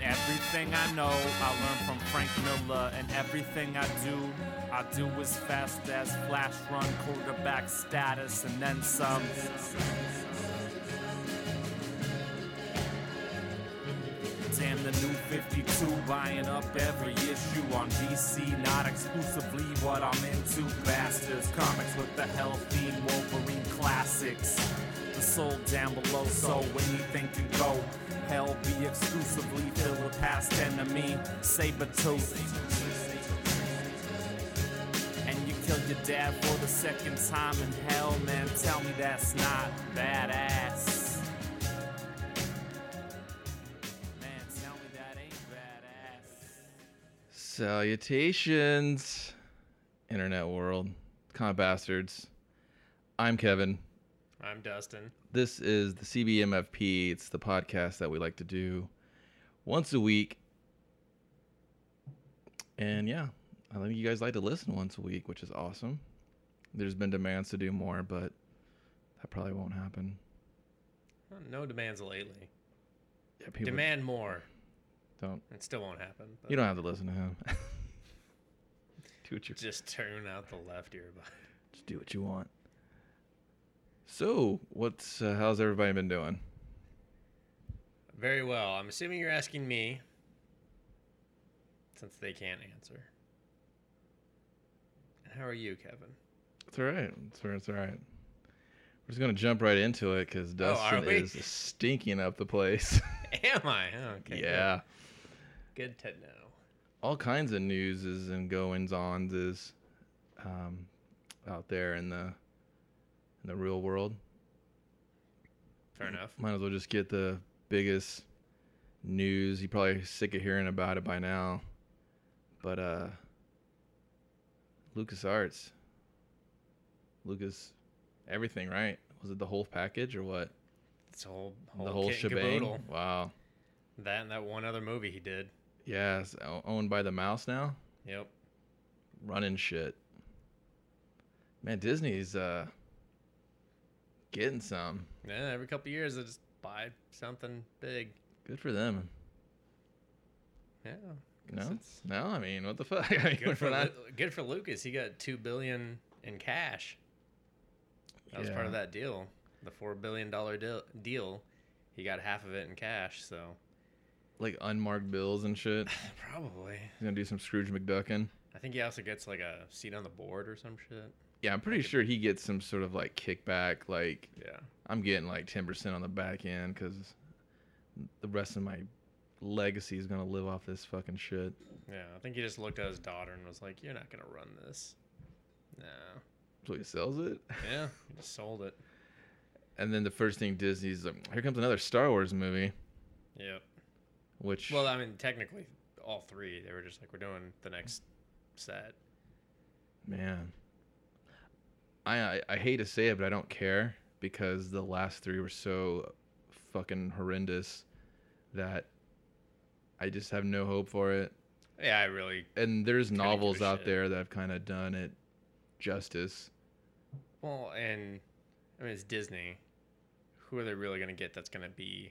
Everything I know, I learned from Frank Miller, and everything I do, I do as fast as flash run quarterback status, and then some. Damn the new 52, buying up every issue on DC. Not exclusively what I'm into, bastards. Comics with the hell theme, Wolverine classics. The soul down below, so anything can go. Hell be exclusively filled with past enemy, Sabretooth. And you killed your dad for the second time in hell, man. Tell me that's not badass. Man, tell me that ain't badass. Salutations, internet world, con bastards. I'm Kevin. I'm Dustin. This is the CBMFP. It's the podcast that we like to do once a week. And yeah, I think you guys like to listen once a week, which is awesome. There's been demands to do more, but that probably won't happen. No demands lately. Yeah, people Demand more. don't. It still won't happen. but You don't have to listen to him. do what you just turn out the left earbud. just do what you want. So, what's uh, how's everybody been doing? Very well. I'm assuming you're asking me, since they can't answer. How are you, Kevin? It's all right. It's all right. It's all right. We're just gonna jump right into it because are Dustin we? is stinking up the place. Am I? Oh, okay. good. yeah, Good to know. all kinds of newses and goings ons is um, out there in the in the real world. Fair enough. Might as well just get the biggest news. You're probably sick of hearing about it by now, but uh, Lucas Arts, Lucas, everything right? Was it the whole package or what? It's a whole, whole, the whole kit and shebang. caboodle. Wow. That and that one other movie he did. Yeah, it's o- owned by the mouse now. Yep. Running shit. Man, Disney's uh getting some. Yeah. Every couple of years, I just buy something big. Good for them. Yeah. guess No, it's- no. I mean, what the fuck? I mean, good for we're not- Lu- good for Lucas. He got two billion in cash. That was part of Yeah. that deal, the four billion dollar deal. Deal, he got half of it in cash. So like unmarked bills and shit. He's probably, gonna do some Scrooge McDuckin. I think he also gets like a seat on the board or some shit. Yeah, I'm pretty sure he gets some sort of like kickback. Like Yeah, I'm getting like 10% on the back end because the rest of my legacy is gonna live off this fucking shit. yeah. I think he just looked at his daughter and was like, "You're not gonna run this." No. So he sells it. Yeah, he just sold it. And then the first thing Disney's like, here comes another Star Wars movie, Yep. which Well, I mean, technically, all three. They were just like, "We're doing the next set." man, I, I I hate to say it, but I don't care because the last three were so fucking horrendous that I just have no hope for it. Yeah, I really And there's give a novels out shit. there that have kind of done it justice. Well, and I mean it's Disney. Who are they really gonna get? That's gonna be.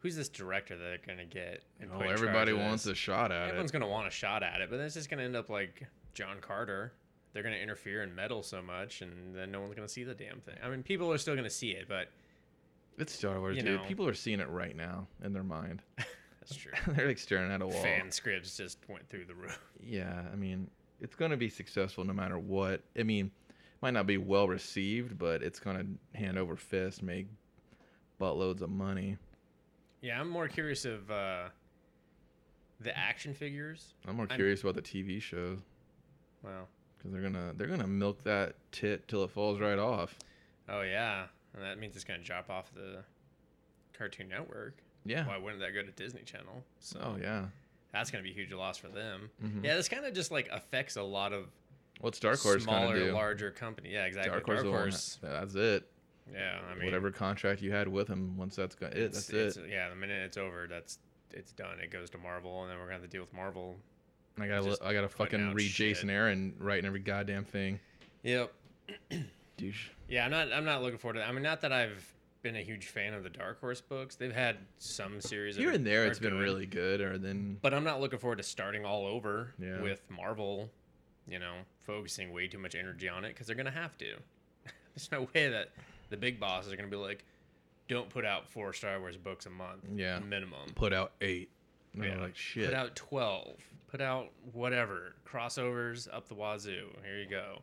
Who's this director that they're gonna get? and Oh, put in charge everybody of wants this? a shot at Everyone's it. gonna want a shot at it, but then it's just gonna end up like John Carter. They're gonna interfere and meddle so much, and then no one's gonna see the damn thing. I mean, people are still gonna see it, but It's Star Wars, you dude. know. People are seeing it right now in their mind. that's true. They're like staring at a wall. Fan scripts just went through the roof. Yeah, I mean, it's going to be successful no matter what. I mean, might not be well received, but it's going to hand over fist, make buttloads of money. Yeah, I'm more curious of uh, the action figures. I'm more I'm- curious about the TV shows Wow. because they're gonna they're gonna milk that tit till it falls right off. Oh yeah, and that means it's gonna drop off the Cartoon Network. Yeah. Why wouldn't that go to Disney Channel? So Oh yeah. that's gonna be a huge loss for them. Mhm. Yeah, this kind of just like affects a lot of What's Dark Horse gonna smaller, do? larger company. Yeah, exactly. Dark Horse, will own Horse, that- That's it. Yeah, I mean, Whatever contract you had with him, once that's gone, it. It's, That's it. it's- yeah, the minute it's over, that's it's done. It goes to Marvel, and then we're gonna have to deal with Marvel. I gotta just I gotta putting fucking out read shit. Jason Aaron writing every goddamn thing. Yep. Douche. Yeah, I'm not. I'm not looking forward to that. I mean, not that I've been a huge fan of the Dark Horse books. They've had some series that Here are- and there, are it's been good, really good. Or then, But I'm not looking forward to starting all over Yeah. with Marvel. You know, focusing way too much energy on it because they're gonna have to. There's no way that the big bosses are gonna be like, don't put out four Star Wars books a month, Yeah. minimum. put out eight. And they're Yeah. like shit. Put out 12. Put out whatever. Crossovers up the wazoo. Here you go.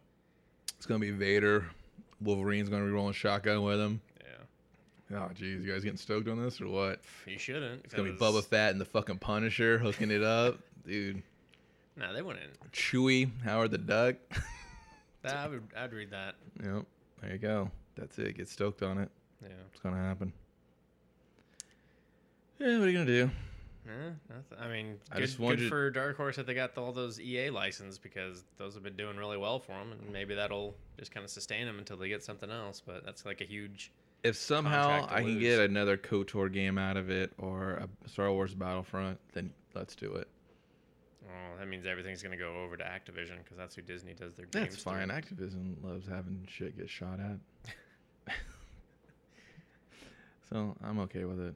It's gonna be Vader. Wolverine's gonna be rolling shotgun with him. Yeah. Oh, jeez, you guys getting stoked on this or what? You shouldn't. It's gonna be Bubba Fat and the fucking Punisher hooking it up, dude. No, they wouldn't. Chewie, Howard the Duck. That, I would, I'd read that. yep, there you go. That's it. Get stoked on it. Yeah. It's gonna happen. Yeah, what are you gonna do? Eh, that's- I mean, I good, just good wondered- for Dark Horse that they got all those EA licenses because those have been doing really well for them, and maybe that'll just kind of sustain them until they get something else. But that's like a huge. If somehow Contract to I can lose. get another KOTOR game out of it or a Star Wars Battlefront, then let's do it. Oh, that means everything's gonna go over to Activision because that's who Disney does their games. That's through. fine. Activision loves having shit get shot at. so I'm okay with it.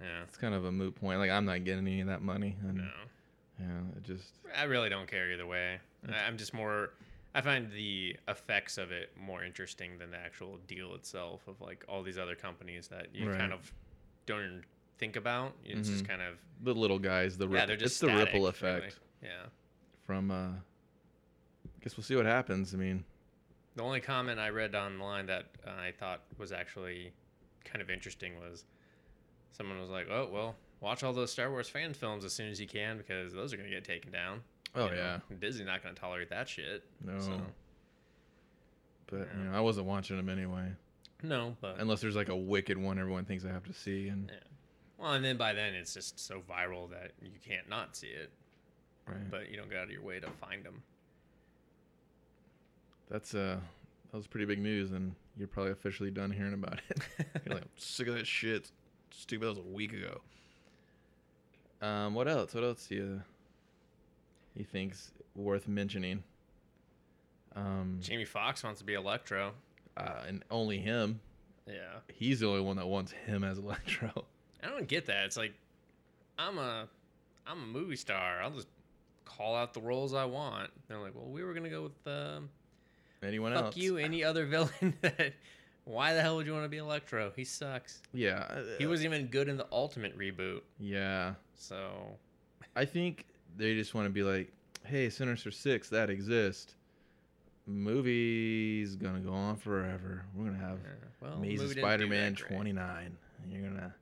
Yeah. It's kind of a moot point. Like I'm not getting any of that money, and No. yeah, it just I really don't care either way. Mm. I- I'm just more. I find the effects of it more interesting than the actual deal itself of like all these other companies that you Right. Mm-hmm. kind of don't even think about. It's just kind of the little guys. The yeah, ripple- they're just it's the ripple static, really. effect Yeah. from. uh I guess we'll see what happens. I mean, The only comment I read online that uh, I thought was actually kind of interesting was someone was like, "Oh well, watch all those Star Wars fan films as soon as you can because those are gonna get taken down." oh You know, yeah, Oh. Disney's not gonna tolerate that shit. no, So, but yeah. you know, I wasn't watching them anyway. no, but Unless there's like a wicked one everyone thinks I have to see, and Yeah. Well, and then by then it's just so viral that you can't not see it, right. but you don't go out of your way to find them. that's uh that was pretty big news, and you're probably officially done hearing about it. You're like, I'm sick of that shit. Stupid. That was a week ago. Um, what else? What else do you you think's worth mentioning? Um, Jamie Foxx wants to be Electro. uh, and only him. Yeah. He's the only one that wants him as Electro. I don't get that. It's like I'm a I'm a movie star. I'll just call out the roles I want. They're like, well, we were gonna go with um, Anyone fuck else? you, any other villain that. Why the hell would you want to be Electro? He sucks. Yeah. He uh, wasn't even good in the Ultimate reboot. Yeah. So I think they just want to be like, hey, Sinister Six, that exists. Movie's gonna go on forever. We're gonna have yeah. well, the Amazing movie didn't do that Spider-Man great. 29. And you're gonna.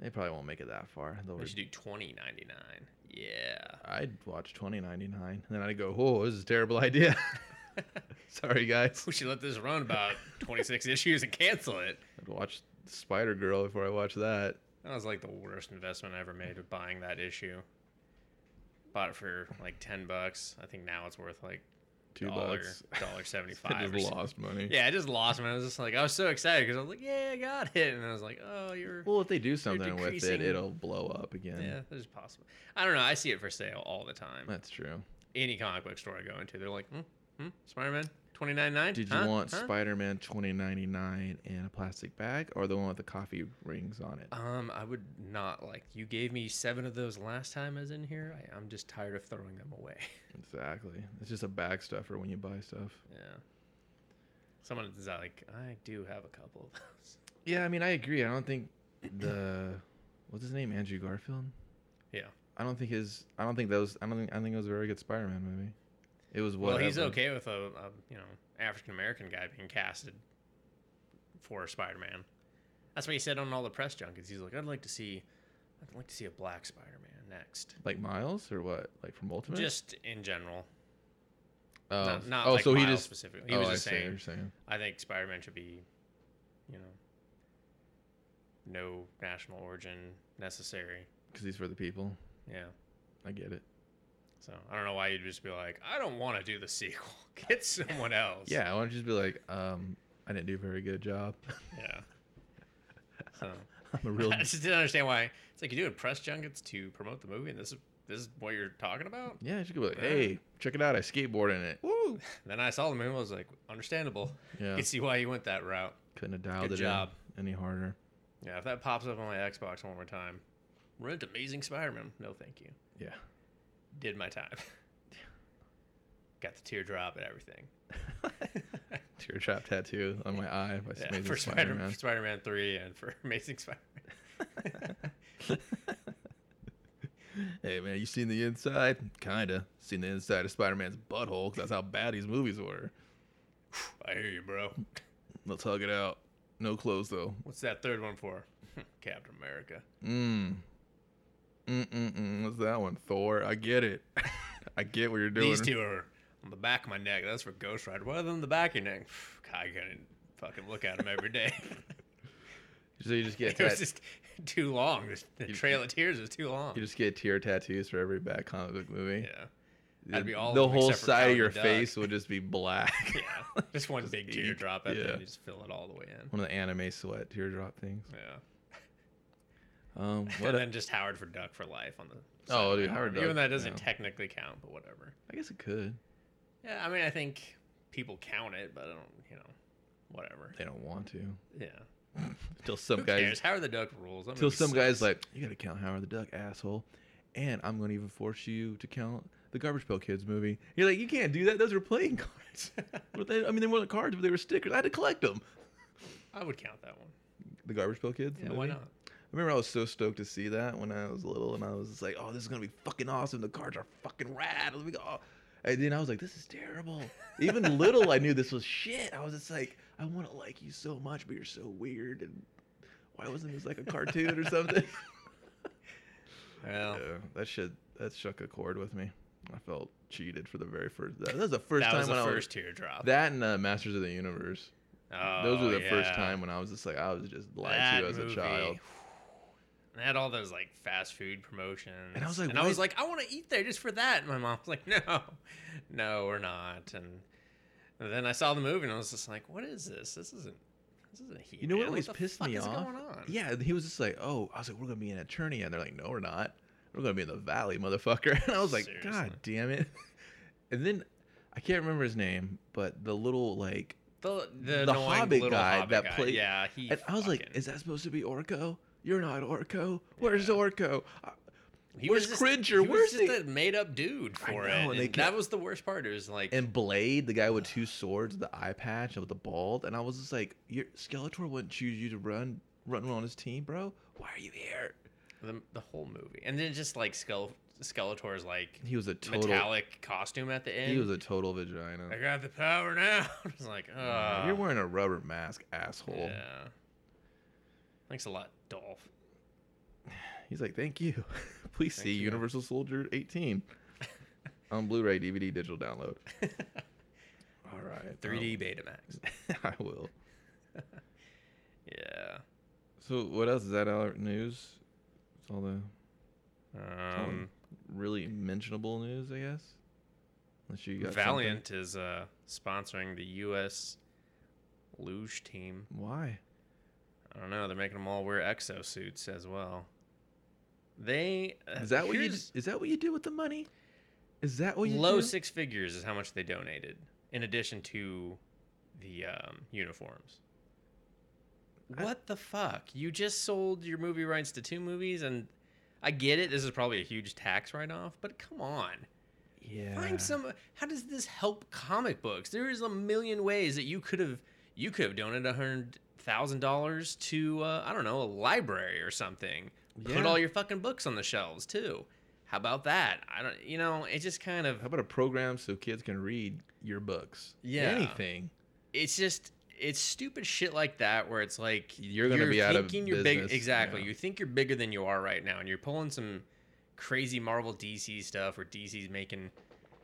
They probably won't make it that far. They'll They re- should do twenty ninety nine. Yeah. I'd watch 2099, and then I'd go, "Oh, this is a terrible idea." Sorry, guys. We should let this run about 26 issues and cancel it. I'd watch Spider Girl before I watch that. That was like the worst investment I ever made with buying that issue. Bought it for like 10 bucks. I think now it's worth like Two dollar, bucks. dollar 75. I or just something. lost money. Yeah, I just lost man. I was just like, I was so excited because I was like, yeah, I got it. And I was like, oh, you're. Well, if they do something with it, decreasing- it'll blow up again. yeah, that is possible. I don't know. I see it for sale all the time. That's true. Any comic book store I go into, they're like, hmm, hmm, Spider Man 29.9? Did you Huh? want Huh?" Spider Man 2099 in a plastic bag or the one with the coffee rings on it? Um, I would not like. You gave me seven of those last time I was in here. I, I'm just tired of throwing them away. Exactly. It's just a bag stuffer when you buy stuff. Yeah. Someone is like, I do have a couple of those. Yeah, I mean, I agree. I don't think the what's his name, Andrew Garfield. Yeah. I don't think his. I don't think those. I don't think. I think it was a very good Spider-Man movie. It was Well, whatever. he's okay with a, a you know African American guy being casted for Spider Man. That's what he said on all the press junkets. He's like, I'd like to see, I'd like to see a black Spider Man next. Like Miles or what? Like from Ultimate. Just in general, oh, not, not oh, like so Miles he just. specifically. He oh, was I just see what saying, you're saying. I think Spider Man should be, you know, no national origin necessary. Because he's for the people. Yeah. I get it. So I don't know why you'd just be like, I don't want to do the sequel. Get someone else. Yeah, I want to just be like, um, I didn't do a very good job. Yeah. So I'm a real. I just didn't understand why. It's like you're doing press junkets to promote the movie, and this is this is what you're talking about? Yeah, you should be like, Yeah. hey, check it out. I skateboard in it. Woo! Then I saw the movie. I was like, understandable. Yeah. I can see why you went that route. Couldn't have dialed Good it job. in any harder. Yeah, if that pops up on my Xbox one more time, rent Amazing Spider-Man. No, thank you. Yeah. Did my time. Got the teardrop and everything. Teardrop tattoo on my eye by Yeah, Amazing for Spider Spider-Man. Spider Man three and for Amazing Spider Man. hey man, you seen the inside? Kinda. Seen the inside of Spider-Man's butthole. 'cause that's how bad these movies were. I hear you, bro. Let's hug it out. No clothes though. What's that third one for? Captain America. Mm. Mm mm mm. What's that one? Thor. I get it. I get what you're doing. These two are on the back of my neck. That's for Ghost Rider. What other than the back of your neck? I couldn't fucking look at him every day. So you just get it was tat- just too long. The Trail of Tears was too long. you just get tear tattoos for every bad comic book movie. yeah. That'd be all the of them whole except for side Howard of your the Duck. face would just be black. Yeah. Just one big eat. teardrop at yeah. Yeah. and you just fill it all the way in. One of the anime sweat teardrop things. Yeah. Um, What what and a- then just Howard for Duck for life on the. Oh, side of dude, my Howard arm. Duck, Even though that doesn't yeah. technically count, but whatever. I guess it could. Yeah, I mean, I think people count it, but I don't, you know, whatever. They don't want to. Yeah. Till some Who guys, cares? How are the duck rules? I'm gonna till be some so- guys like you gotta count Howard the Duck, asshole. And I'm gonna even force you to count the Garbage Pail Kids movie. You're like, you can't do that. Those are playing cards. But they- I mean, they weren't cards, but they were stickers. I had to collect them. I would count that one. The Garbage Pail Kids. the Yeah, why movie? not? I remember I was so stoked to see that when I was little, and I was just like, "Oh, this is gonna be fucking awesome! The cards are fucking rad!" Let me go. Oh. And then I was like, "This is terrible." Even little, I knew this was shit. I was just like, "I want to like you so much, but you're so weird." And why wasn't this like a cartoon or something? Well, Yeah, that shit that struck a chord with me. I felt cheated for the very first. That, that was the first that time was the when first teardrop. I was that and uh, Masters of the Universe. oh, Those were the first yeah. time when I was just like, I was just lied That to as movie. a child. And had all those like fast food promotions. And I was like, and I was "Why- like, I want to eat there just for that. And my mom was like, No, no, we're not. And, and then I saw the movie and I was just like, What is this? This isn't. This isn't he. You know what what always the pissed fuck me is off? Going on? Yeah, and he was just like, "Oh, I was like, we're gonna be in Eternia," and they're like, "No, we're not. We're gonna be in the Valley, motherfucker." And I was like, "God Seriously. damn it!" And then I can't remember his name, but the little like, The the, The annoying Hobbit little guy Hobbit that guy. played- Yeah, he. and I was like, fucking- "Is that supposed to be Orko? You're not Orko. Where's Orko?" I, He Where's was just- Cringer? He Where's was just the- a made up dude I know, for it. and And they that kept- was the worst part. It was like, and Blade, the guy with two swords, the eye patch, and with the bald, and I was just like, "Your Skeletor wouldn't choose you to run, run on his team, bro. Why are you here?" the, the whole movie, and then just like Skel- Skeletor's like He was a total. metallic costume at the end. He was a total vagina. I got the power now. I was like, Yeah, oh, You're wearing a rubber mask, asshole. Yeah. Thanks a lot, Dolph. He's like, thank you. Please Thank see you. Universal Soldier 18 on Blu-ray, DVD, digital download. All right, 3D Betamax. um, I will. Yeah. So what else is that all news? It's all the Um, really mentionable news, I guess. Unless you got something. Valiant is uh, sponsoring the U.S. luge team. Why? I don't know. They're making them all wear exo suits as well. They uh, Is that what you? d- here's- Is that what you do with the money? Is that what you low do? six figures is how much they donated in addition to the um, uniforms I- what the fuck you just sold your movie rights to two movies and i get it this is probably a huge tax write-off but come on yeah. find some how does this help comic books there is a million ways that you could have you could have donated a hundred thousand dollars to uh, i don't know a library or something Yeah. put all your fucking books on the shelves too how about that i don't you know it just kind of How about a program so kids can read your books? Yeah. Anything. it's just it's stupid shit like that where it's like You're gonna be out of you're business, big exactly yeah. you think you're bigger than you are right now and you're pulling some crazy marvel dc stuff where dc's making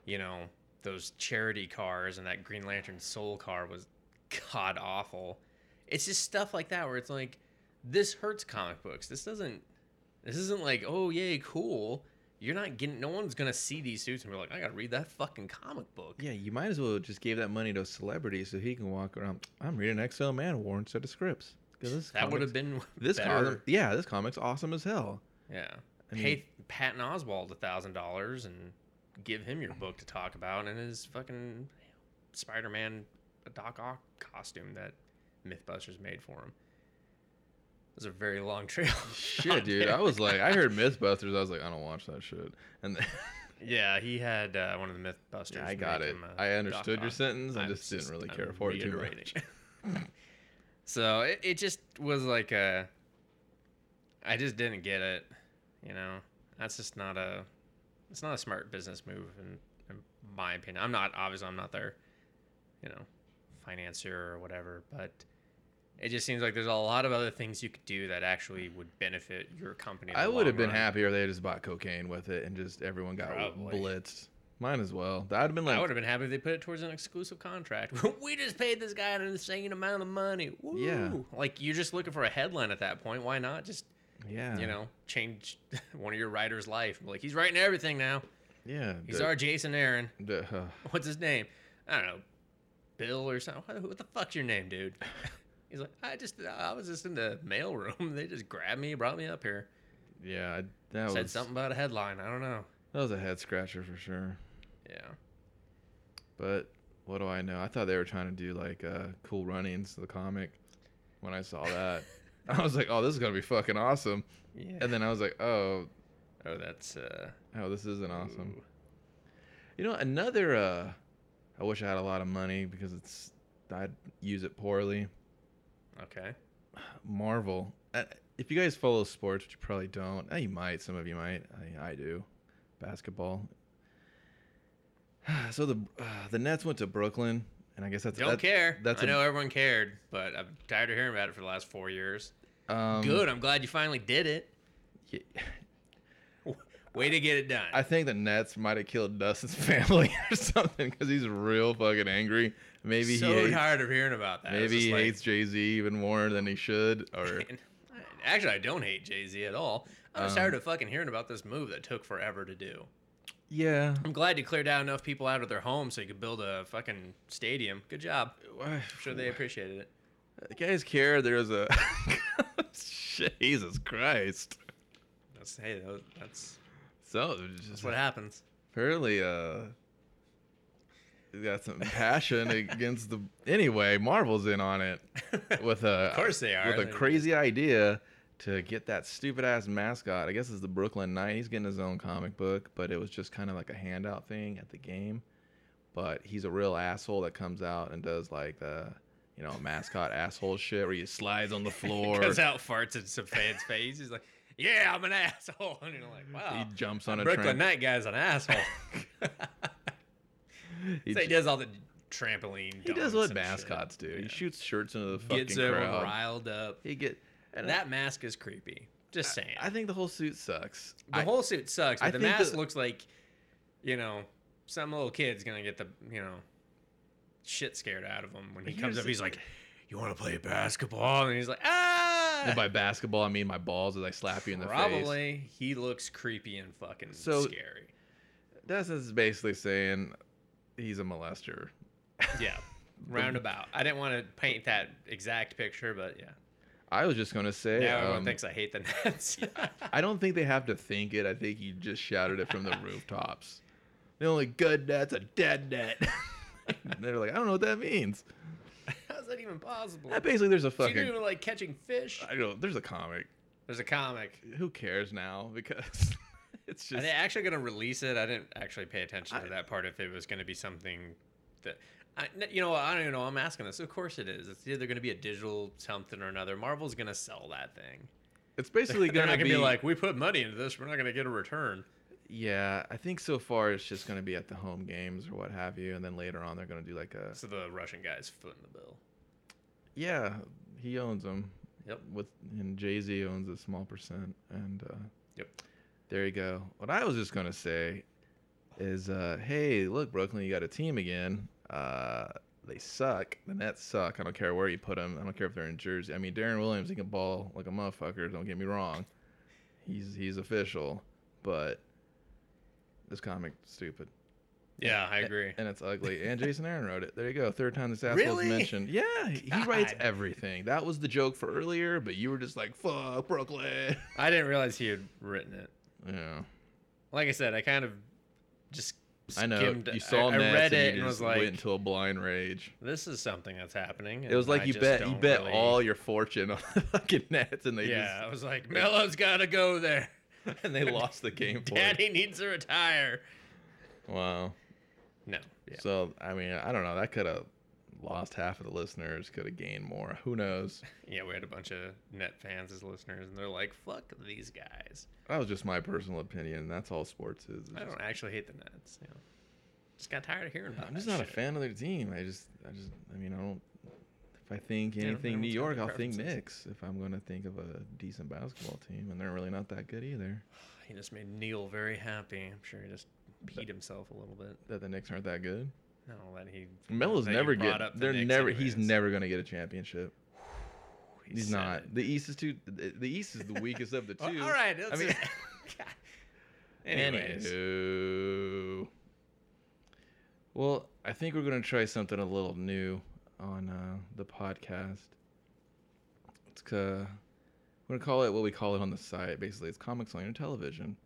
you know those charity cars and that green lantern soul car was god awful it's just stuff like that where it's like this hurts comic books this doesn't this isn't like oh yay cool you're not getting no one's gonna see these suits and be like i gotta read that fucking comic book Yeah, you might as well just give that money to a celebrity so he can walk around. I'm reading XL Manowar instead of scripts. 'Cause This that would have comic's- been this better. comic. Yeah, this comic's awesome as hell. Yeah. I pay mean- Patton Oswald a thousand dollars and give him your book to talk about and his fucking Spider-Man Doc Ock costume that MythBusters made for him. It was a very long trail. Shit, dude. I was like, I heard MythBusters. I was like, I don't watch that shit. And then, Yeah, he had uh, one of the MythBusters. I got make it. him, uh, I understood Doc your Ock. sentence. I I'm just didn't really I'm care for it too much. reiterating. so it, it just was like a. I just didn't get it, you know. That's just not a. It's not a smart business move, in, in my opinion. I'm not obviously I'm not their, you know, financier or whatever, but it just seems like there's a lot of other things you could do that actually would benefit your company. in the I would have long been run. happier if they just bought cocaine with it and just everyone got Probably. blitzed. Mine as well. That would have been like, I would have been happy if they put it towards an exclusive contract. we just paid this guy an insane amount of money. Woo. Yeah. Like you're just looking for a headline at that point. Why not just yeah, you know change one of your writers' life? Like he's writing everything now. yeah. He's the- our Jason Aaron. the- uh, What's his name? I don't know. Bill or something. What the- What the fuck's your name, dude? He's like, I just I was just in the mailroom. They just grabbed me, brought me up here, yeah, I- that said was something about a headline. I don't know. that was a head scratcher for sure. Yeah. But what do I know? I thought they were trying to do like uh, Cool Runnings, the comic. When I saw that, I was like, "Oh, this is gonna be fucking awesome!" Yeah. And then I was like, "Oh, oh, that's uh. oh, this isn't awesome." ooh. You know, another. Uh, I wish I had a lot of money because it's I'd use it poorly. Okay. Marvel. Uh, If you guys follow sports, which you probably don't, uh, you might. Some of you might. I, I do. Basketball. So the uh, the Nets went to Brooklyn, and I guess that's Don't that- care. That's I a- know everyone cared, but I'm tired of hearing about it for the last four years. um, Good. I'm glad you finally did it. y- Way to get it done. I think the Nets might have killed Dustin's family or something because he's real fucking angry. Maybe so he hates, tired of hearing about that. It's maybe just he like- hates Jay Z even more than he should. Or Actually, I don't hate Jay Z at all. I'm just Um, tired of fucking hearing about this move that took forever to do. yeah, I'm glad you cleared out enough people out of their homes so you could build a fucking stadium. Good job. I'm I'm sure they appreciated it. guys care. There's a Jesus Christ. That's hey, tho- that's So it was that's just what happens. apparently, uh, he's got some passion against the. Anyway, Marvel's in on it with a Of course they are. with a They- crazy idea to get that stupid ass mascot. I guess it's the Brooklyn Knight. He's getting his own comic book, but it was just kind of like a handout thing at the game. But he's a real asshole that comes out and does like the you know mascot asshole shit where he slides on the floor. Comes out farts in some fan's face. He's like, "Yeah, I'm an asshole," and you're like, He "Wow." jumps on a Brooklyn train. Night guy's an asshole. He, so he j- does all the trampoline. he does dunks what and mascots do. He Yeah. shoots shirts into the shit. fucking Gets everyone crowd. riled up. He get and that mask is creepy. Just saying. I, I think the whole suit sucks. the I- whole suit sucks, but I the think mask the- looks like, you know, some little kid's gonna get the you know, shit scared out of him when he comes Here's up. the- He's like, "You want to play basketball?" And he's like, "Ah." and by basketball, I mean my balls as I slap you in the face. Probably he looks creepy and fucking So- scary. Dustin's basically saying he's a molester. Yeah. Roundabout. I didn't want to paint that exact picture, but yeah. I was just gonna say, now everyone um, thinks I hate the Nets. I don't think they have to think it. I think he just shouted it from the rooftops. The only good net's a dead net. And They're like, I don't know what that means. How's that even possible? That basically, there's a So you don't fucking. even like catching fish. I don't. There's a comic. There's a comic. Who cares now? Because it's Are just. they actually gonna release it? I didn't actually pay attention I- to that part. If it was gonna be something that, I, n- you know, what, I don't even know. I'm asking this. Of course it is. It's either gonna be a digital something or another. Marvel's gonna sell that thing. It's basically They're gonna not gonna be, be like, we put money into this. We're not gonna get a return. Yeah, I think so far it's just gonna be at the home games or what have you, and then later on they're gonna do like a. So the Russian guy's footing the bill. Yeah, he owns them. Yep. With and Jay Z owns a small percent, and uh, Yep. there you go. What I was just gonna say is, uh, hey, look, Brooklyn, you got a team again. Uh, they suck. The Nets suck. I don't care where you put them. I don't care if they're in Jersey. I mean, Darren Williams, he can ball like a motherfucker. Don't get me wrong. He's he's official, but this comic stupid Yeah, I agree. and it's ugly. And Jason Aaron wrote it. There you go. Third time this asshole's Really? mentioned. Yeah, he he writes God. everything. That was the joke for earlier, but you were just like, "Fuck Brooklyn." I didn't realize he had written it. Yeah, like I said, I kind of just I know skimmed. you saw I, I Nats and read you it and just was like, went into a blind rage. "This is something that's happening." It was and like I you just bet you don't bet really- all your fortune on the fucking Nats, and they Yeah, I was like, Melo's got to go there. just and they lost the game. for it. Daddy needs to retire. Wow. No. Yeah. So I mean, I don't know. That could have lost half of the listeners. Could have gained more. Who knows? Yeah, we had a bunch of net fans as listeners, and they're like, "Fuck these guys." That was just my personal opinion. That's all sports is. It's I don't just- actually hate the Nets. You know. Just got tired of hearing about. I'm just that not a shit. fan of their team. I just, I just, I mean, I don't. If I think Yeah, anything New everyone's got York, their I'll think Knicks. preferences. If I'm going to think of a decent basketball team, and they're really not that good either. He just made Neil very happy. I'm sure he just peed himself a little bit. That the Knicks aren't that good. No, that he. Melo's that you never brought get. up the they're Knicks never. He's anyways. never going to get a championship. He He's said not. it. The East is too. The the East is the weakest of the two. Well, all right. I Let's mean, just- God. Anyways, Anywho. Well, I think we're gonna try something a little new on uh, the podcast. It's uh, we're gonna call it what we call it on the site. Basically, it's comics on your television.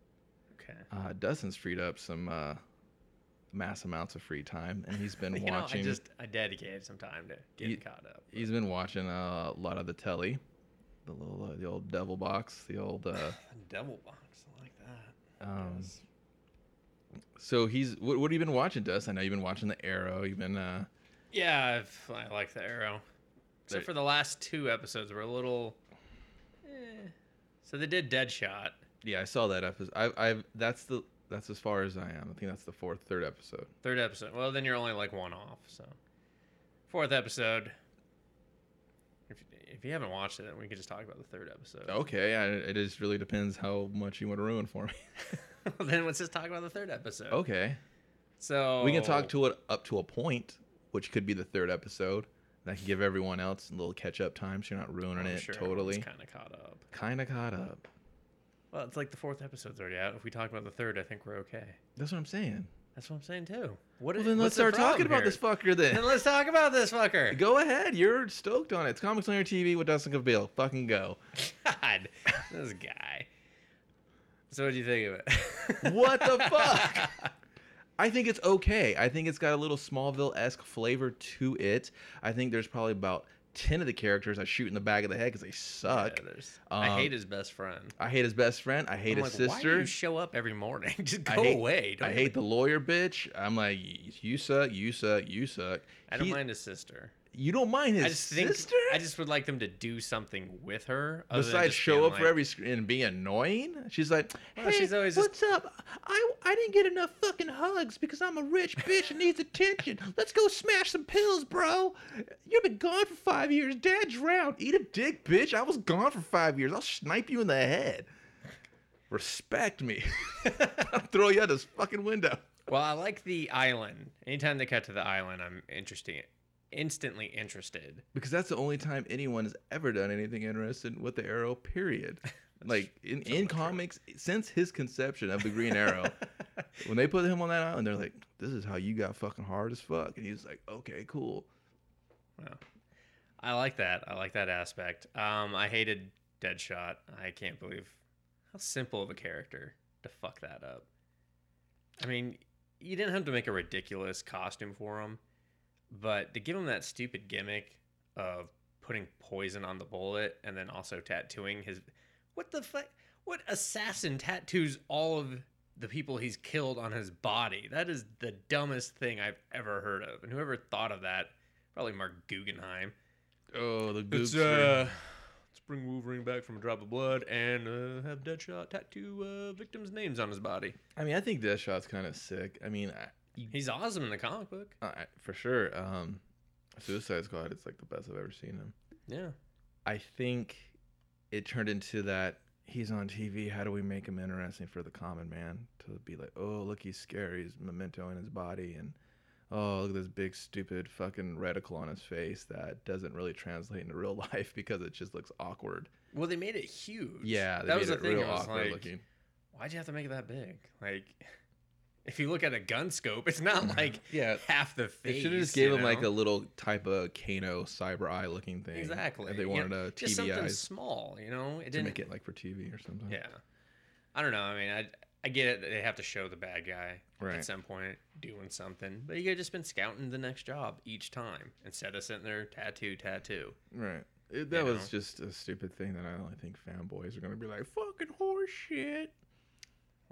okay. Uh, Dustin's freed up some uh, mass amounts of free time, and he's been You know, watching. I just I dedicated some time to get You- caught up. He's been watching uh, a lot of the telly, the little, uh, the old Devil Box, the old. Uh, Devil box, I like that. um, Yes. So he's what, what have you been watching, Dust? I know you've been watching The Arrow. You've been uh, Yeah, I've, I like the arrow. They- Except for the last two episodes were a little. eh. So they did Deadshot. yeah, I saw that episode. I, I've that's the that's as far as I am. I think that's the fourth, third episode. Third episode. Well, then you're only like one off. So fourth episode. If, if you haven't watched it, then we could just talk about the third episode. Okay, I, it just really depends how much you want to ruin for me. then let's just talk about the third episode. Okay, So Oh. we can talk to it up to a point, which could be the third episode. That can give everyone else a little catch up time, so you're not Oh, ruining it totally. Kind of caught up. Kind of caught up. Well, it's like the fourth episode's already out. If we talk about the third, I think we're okay. That's what I'm saying. That's what I'm saying too. What? Well, is- then let's what's the start talking problem about this here? fucker then. Then let's talk about this fucker. Go ahead. You're stoked on it. It's Comics on Your TV with Dustin Cavill. Fucking go. God, this guy. So what do you think of it? What the fuck? I think it's okay. I think it's got a little Smallville esque flavor to it. I think there's probably about 10 of the characters I shoot in the back of the head because they suck. Yeah, there's- I Um, hate his best friend. I hate his best friend. I hate I'm his like, Why do sister. you show up every morning? Just go I hate, away. Don't I hate the lawyer bitch. I'm like, you suck, you suck, you suck. I don't He- mind his sister. You don't mind his I just think sister? I just would like them to do something with her. other than Besides just show being up like, for every screen and be annoying, she's like, hey, Well, she's always just- what's up? I, I didn't get enough fucking hugs because I'm a rich bitch and needs attention. Let's go smash some pills, bro. You've been gone for five years. Dad drowned. Eat a dick, bitch. I was gone for five years. I'll snipe you in the head. Respect me. I'll throw you out this fucking window. Well, I like the island. Anytime they cut to the island, I'm interesting, instantly interested. Because that's the only time anyone has ever done anything interesting with the arrow, period. like in, in somewhat true. comics, since his conception of the Green Arrow, when they put him on that island, they're like, This is how you got fucking hard as fuck. And he's like, Okay, cool. Wow. I like that. I like that aspect. Um, I hated Deadshot. I can't believe how simple of a character to fuck that up. I mean, you didn't have to make a ridiculous costume for him, but to give him that stupid gimmick of putting poison on the bullet and then also tattooing his what the fuck what assassin tattoos all of the people he's killed on his body. That is the dumbest thing I've ever heard of. And whoever thought of that, probably Mark Guggenheim. Oh, the Let's, goopster. uh, let's bring Wolverine back from a drop of blood and uh, have Deadshot tattoo uh, victims' names on his body. I mean, I think Deathshot's kind of sick. I mean, I, He's awesome in the comic book. I, for sure. Um, Suicide Squad is like the best I've ever seen him. Yeah. I think it turned into that he's on TV. How do we make him interesting for the common man to be like, oh, look, he's scary. He's memento in his body. And oh, look at this big, stupid fucking reticle on his face that doesn't really translate into real life because it just looks awkward. Well, they made it huge. Yeah, they that made was the it thing. real it was awkward like, looking. why'd you have to make it that big? Like, if you look at a gun scope, it's not like Yeah. half the face. They should have just you gave him like know? a little type of Kano cyber eye looking thing. exactly. If they you wanted know, a just TV something eyes small. You know, it to didn't Mm-hmm. make it like for TV or something. Yeah, I don't know. I mean, I I get it that they have to show the bad guy Right. at some point doing something, but you could have just been scouting the next job each time instead of sitting there tattoo, tattoo. Right. It, that You was just a stupid thing that I only think fanboys are gonna be like, fucking horse shit.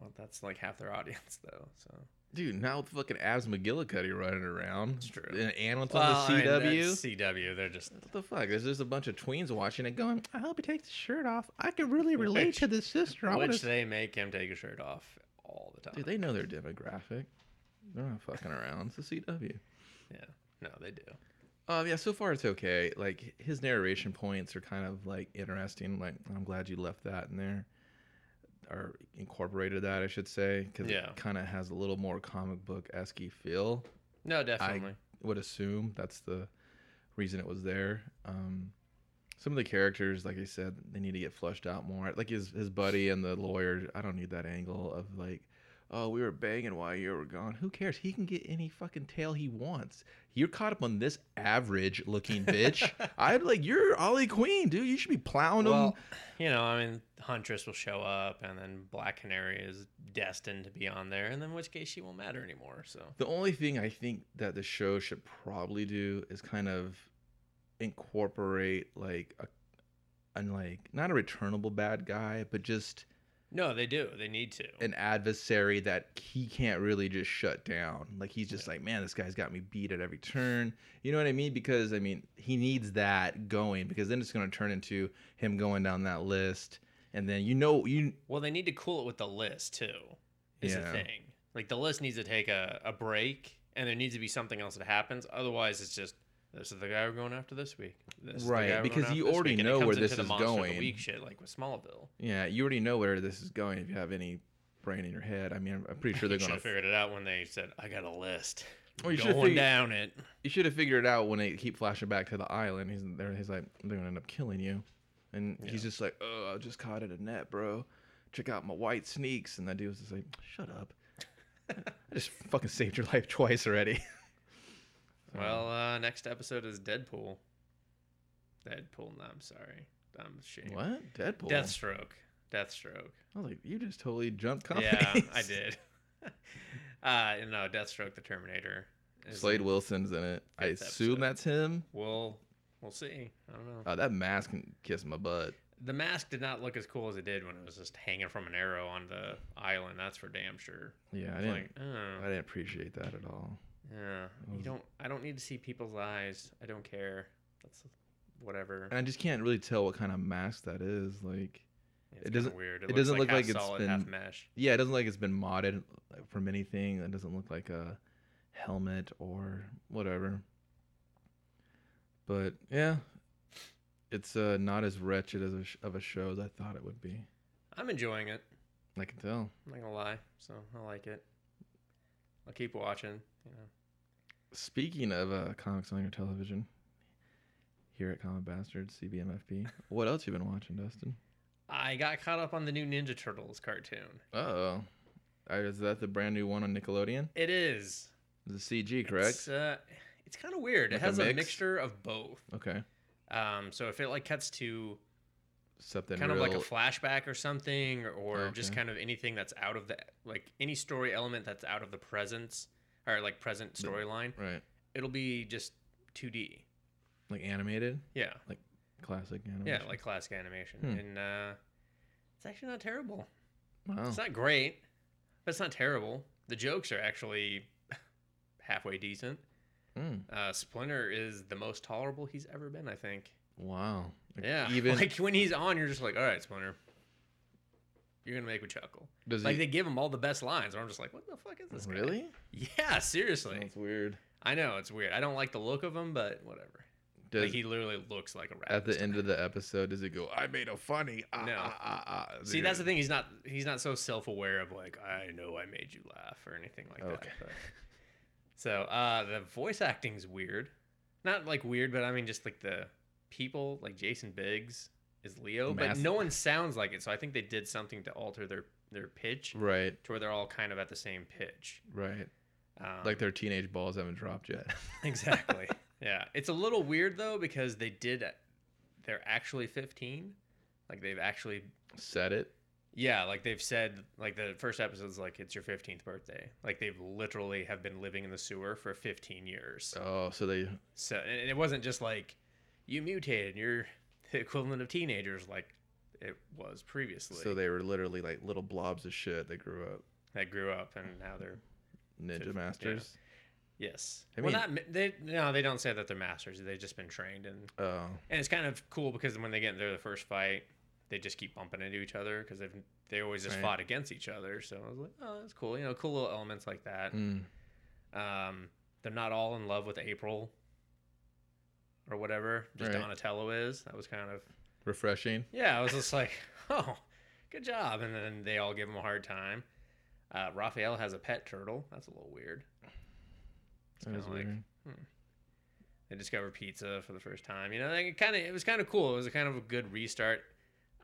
Well, that's like half their audience though. So Dude, now with fucking Abs McGillicuddy running around. It's true. And Anlin's Well, on I the mean, CW. that's CW, they're just what the fuck? There's just a bunch of tweens watching it going, I hope he takes his shirt off. I can really relate Which- to this sister. I wanna... which they make him take his shirt off all the time. Dude, they know their demographic. They're not fucking around. It's the CW. yeah, no, they do. Um, yeah, so far it's okay. Like his narration points are kind of like interesting. Like I'm glad you left that in there, or incorporated that, I should say, because Yeah. it kind of has a little more comic book esque feel. No, definitely. Would assume that's the reason it was there. Um, some of the characters, like I said, they need to get flushed out more. Like his his buddy and the lawyer. I don't need that angle of like, oh, we were banging while you were gone. Who cares? He can get any fucking tail he wants. You're caught up on this average looking bitch. I'd like you're Ollie Queen, dude. You should be plowing him. Well, you know, I mean, Huntress will show up, and then Black Canary is destined to be on there, and then in which case she won't matter anymore. So The only thing I think that the show should probably do is kind of incorporate like a and like not a returnable bad guy, but just no, they do. They need to. an adversary that he can't really just shut down. Like he's just like, man, this guy's got me beat at every turn. You know what I mean? Because I mean, he needs that going because then it's going to turn into him going down that list, and then you know you well, they need to cool it with the list too. Is the Yeah. thing. Like the list needs to take a, a break, and there needs to be something else that happens. Otherwise, it's just this is the guy we're going after this week. This is the guy Right, we're going because after you this already week, and it know comes where into this the is monster of the going. Week shit like with Smallville. yeah you already know where this is going if you have any brain in your head. I mean, I'm, I'm pretty sure they're should going have to figured it out when they said, "I got a list." Well, you should have going figured- down it. you should have figured it out when they keep flashing back to the island. He's there. He's like, they're gonna end up killing you, and he's just like, oh, I just caught it a net, bro. Check out my white sneaks. And that dude was just like, shut up. I just fucking saved your life twice already. Oh. Well, uh, next episode is Deadpool. Deadpool. No, I'm sorry. I'm ashamed. what? Deadpool. Deathstroke. Deathstroke. I was like, you just totally jumped companies. Yeah, I did. uh, no, Deathstroke, the Terminator. is- Slade Wilson's in it. I Fifth assume episode. that's him. We'll we'll see. I don't know. Uh, that mask can kiss my butt. The mask did not look as cool as it did when it was just hanging from an arrow on the island. That's for damn sure. Yeah, I It's didn't. like, oh, I didn't appreciate that at all. yeah. You don't. I don't need to see people's eyes. I don't care. That's whatever. And I just can't really tell what kind of mask that is. Like, It's it kinda doesn't- Weird. it doesn't look half like it's solid, half been- mesh. Yeah, it doesn't look like it's been modded like, from anything. It doesn't look like a helmet or whatever. But yeah, it's uh, not as wretched as a sh- of a show as I thought it would be. I'm enjoying it. I can tell. I'm not gonna lie. So I like it. I'll keep watching. You know. Speaking of uh, comics on your television, here at Comic Bastards CBMFP, what else you been watching, Dustin? I got caught up on the new Ninja Turtles cartoon. Oh, is that the brand new one on Nickelodeon? It is. The CG, correct? It's, uh, it's kind of weird. Like it a has a, mix? mixture of both. okay, Um, so if it like cuts to something kind of like a real- flashback or something, or just Oh, Okay. kind of anything that's out of the like any story element that's out of the presence or like present storyline, right, it'll be just 2D. like animated, Yeah, classic animation. yeah, like classic animation, Hmm. and uh, it's actually not terrible. wow. It's not great, but it's not terrible. The jokes are actually halfway decent. Mm. Uh, Splinter is the most tolerable he's ever been, I think. Wow. Like, Yeah. Even like when he's on, you're just like, all right, Splinter, you're gonna make me chuckle. does like he they give him all the best lines, and I'm just like, what the fuck is this? guy? really? Yeah, seriously. That's weird. I know it's weird. I don't like the look of him, but whatever. Does like he literally looks like a rat. at this the end of the episode does it go? I made a funny. Ah, No. ah, ah, ah," time. See, dude. that's the thing. He's not. He's not so self-aware of like, I know I made you laugh or anything like Okay. that. but- So uh, the voice acting's weird. Not like weird, but I mean just like the people, like Jason Biggs is Leo, but Massive. no one sounds like it. So I think they did something to alter their their pitch to Right, where they're all kind of at the same pitch. right. Um, like their teenage balls haven't dropped yet. exactly. yeah, it's a little weird though because uh, they did. They're actually 15. Like they've actually Said it. Yeah, like they've said, like the first episode's like it's your 15th birthday. Like they've literally have been living in the sewer for 15 years. Oh, so they So and and it wasn't just like you mutated, you're the equivalent of teenagers like it was previously. so they were literally like little blobs of shit that grew up. that grew up and now they're Ninja Yeah. masters. yes. I well, mean- not ma- they no, they don't say that they're masters. They've just been trained and Oh, and it's kind of cool because when they get into the first fight, they just keep bumping into each other because they've they always just Right. fought against each other. So I was like, oh, that's cool. You know, cool little elements like that. mm. Um, they're not all in love with April or whatever. Just Right. Donatello is. That was kind of refreshing. yeah. I was just like, oh, good job. And then they all give him a hard time. Uh, Raphael has a pet turtle. That's a little weird. That kinda was like- weird. They discover pizza for the first time. You know, like, it kind of it was kind of cool. It was a kind of a good restart.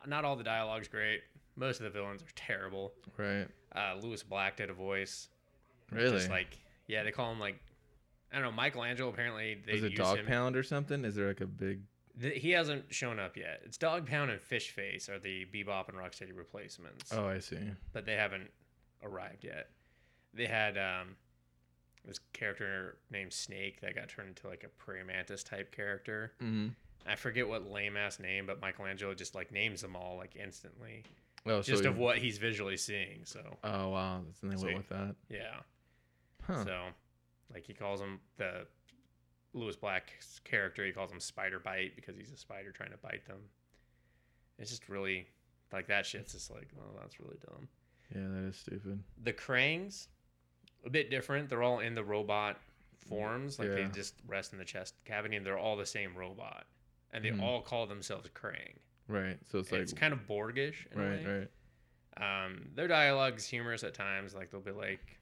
Not all the dialogue's great. Most of the villains are terrible. Right. Uh, Lewis Black did a voice. Really? Just like yeah, they call him like I don't know. Michelangelo apparently they Is it use dog him. pound or something? Is there like a big? Th- he hasn't shown up yet. It's Dog Pound and Fish Face are the Bebop and Rocksteady replacements, Oh, I see. but they haven't arrived yet. They had um, this character named Snake that got turned into like a praying mantis type character. Mm-hmm. I forget what lame ass name, but Michelangelo just like names them all like instantly, Oh, just so of he- what he's visually seeing. So Oh wow, that's- and they So went he- with that. yeah, Huh. so like he calls him the Lewis Black's character. He calls him Spider Bite because he's a spider trying to bite them. It's just really like that shit's just like, oh, that's really dumb. yeah, that is stupid. The Krangs, a bit different. They're all in the robot forms. Like Yeah. they just rest in the chest cavity, and they're all the same robot, and they Mhm. all call themselves Krang. Right. So it's It's, like kind of Borgish. In a right, way. right. Um, their dialogue's humorous at times. Like they'll be like,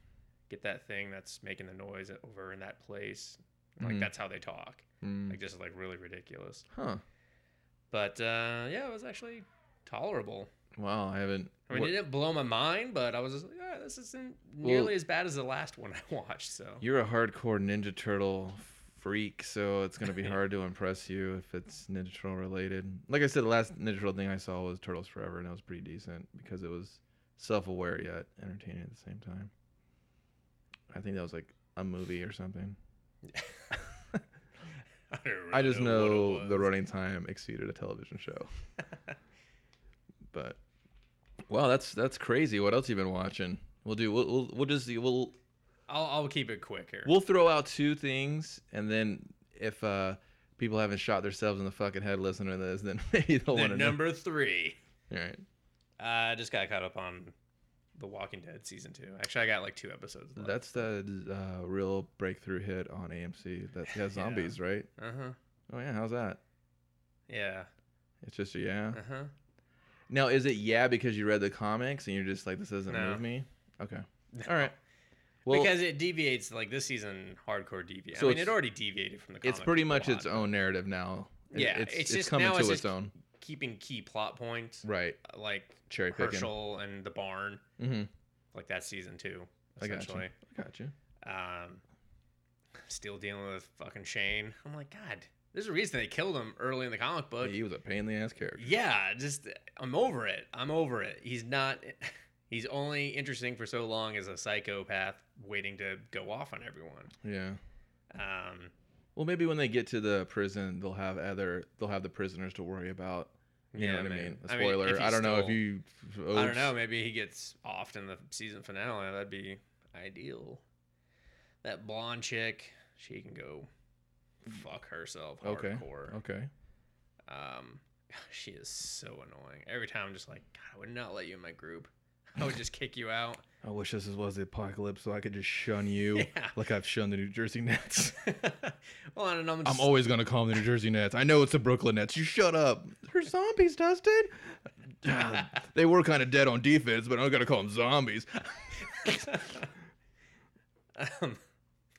"Get that thing that's making the noise over in that place." Like Mhm. that's how they talk. Mm. Like just like really ridiculous. huh. But uh, yeah, it was actually tolerable. Wow, I haven't. I mean, what- it didn't blow my mind, but I was just like, "Ah, this isn't nearly as bad as the last one I watched. So you're a hardcore Ninja Turtle freak, so it's gonna be hard to impress you if it's Ninja Turtle related. Like I said, the last Ninja Turtle thing I saw was Turtles Forever, and that was pretty decent because it was self-aware yet entertaining at the same time. I think that was like a movie or something. I, don't I just really what know it the was. running time exceeded a television show. but wow, that's that's crazy. What else you been watching? We'll do. We'll we'll, we'll just we'll I'll, I'll keep it quick here. we'll throw out two things, and then if uh people haven't shot themselves in the fucking head listening to this, then maybe they'll want then to number three. know. All right, I just got caught up on The Walking Dead season two. Actually, I got like two episodes. Left. that's the uh, real breakthrough hit on AMC that has Yeah. zombies, right? uh huh. Oh yeah, how's that? Yeah. It's just a yeah. Uh huh. Now is it yeah because you read the comics and you're just like this doesn't No. move me? Okay, all right. Well, because it deviates like this season hardcore deviates. So I mean, it's- it already deviated from the. Comic it's pretty a much lot. its own narrative now. It- Yeah, it's, it's it's, just- coming now to it's its, just- own. keeping key plot points Right, like cherry picking. Herschel and the barn, Mm-hmm. like that's season two I got you. essentially. I got you. Um, still dealing with fucking Shane. I'm like, God, there's a reason they killed him early in the comic book. he was a pain in the ass character. Yeah, just I'm over it. I'm over it. He's not. He's only interesting for so long as a psychopath waiting to go off on everyone. Yeah. Um, Well, maybe when they get to the prison, they'll have other they'll have the prisoners to worry about. You yeah, know what man. I mean? A mean, spoiler. I, if he's don't know if still- you. I don't know. Maybe he gets offed in the season finale. That'd be ideal. That blonde chick, she can go fuck herself Okay. hardcore. Okay. Um, she is so annoying. Every time I'm just like, God, I would not let you in my group. I would just kick you out. I wish this was the apocalypse, so I could just shun you, Yeah. like I've shunned the New Jersey Nets. well, and I'm just, I'm always gonna call them the New Jersey Nets. I know it's the Brooklyn Nets. You shut up. They're zombies, Dustin. they were kind of dead on defense, but I'm gonna call them zombies. um,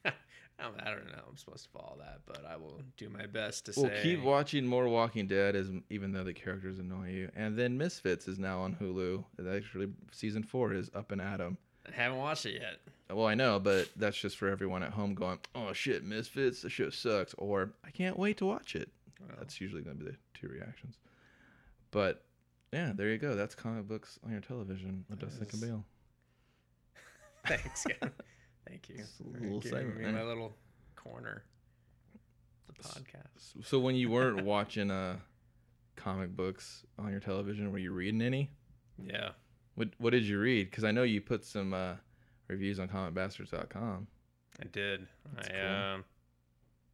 I'm- I don't know. I'm supposed to follow that, but I will do my best to Well, say. keep watching more Walking Dead, as even though the characters annoy you. And then Misfits is now on Hulu. And Actually, season four is up and at 'em. I haven't watched it yet. Well, I know, but that's just for everyone at home going, "Oh shit, Misfits, the show sucks," or "I can't wait to watch it." Well, That's usually going to be the two reactions. But Yeah, there you go. That's comic books on your television with Dustin Yes. Cabale. Thanks, Kevin. Thank you. It's a for little giving segment, me man. my little corner. of The podcast. S- So when you weren't watching uh comic books on your television, were you reading any? Yeah. What What did you read? Because I know you put some uh, reviews on comicbastards.com. I did. That's I cool. um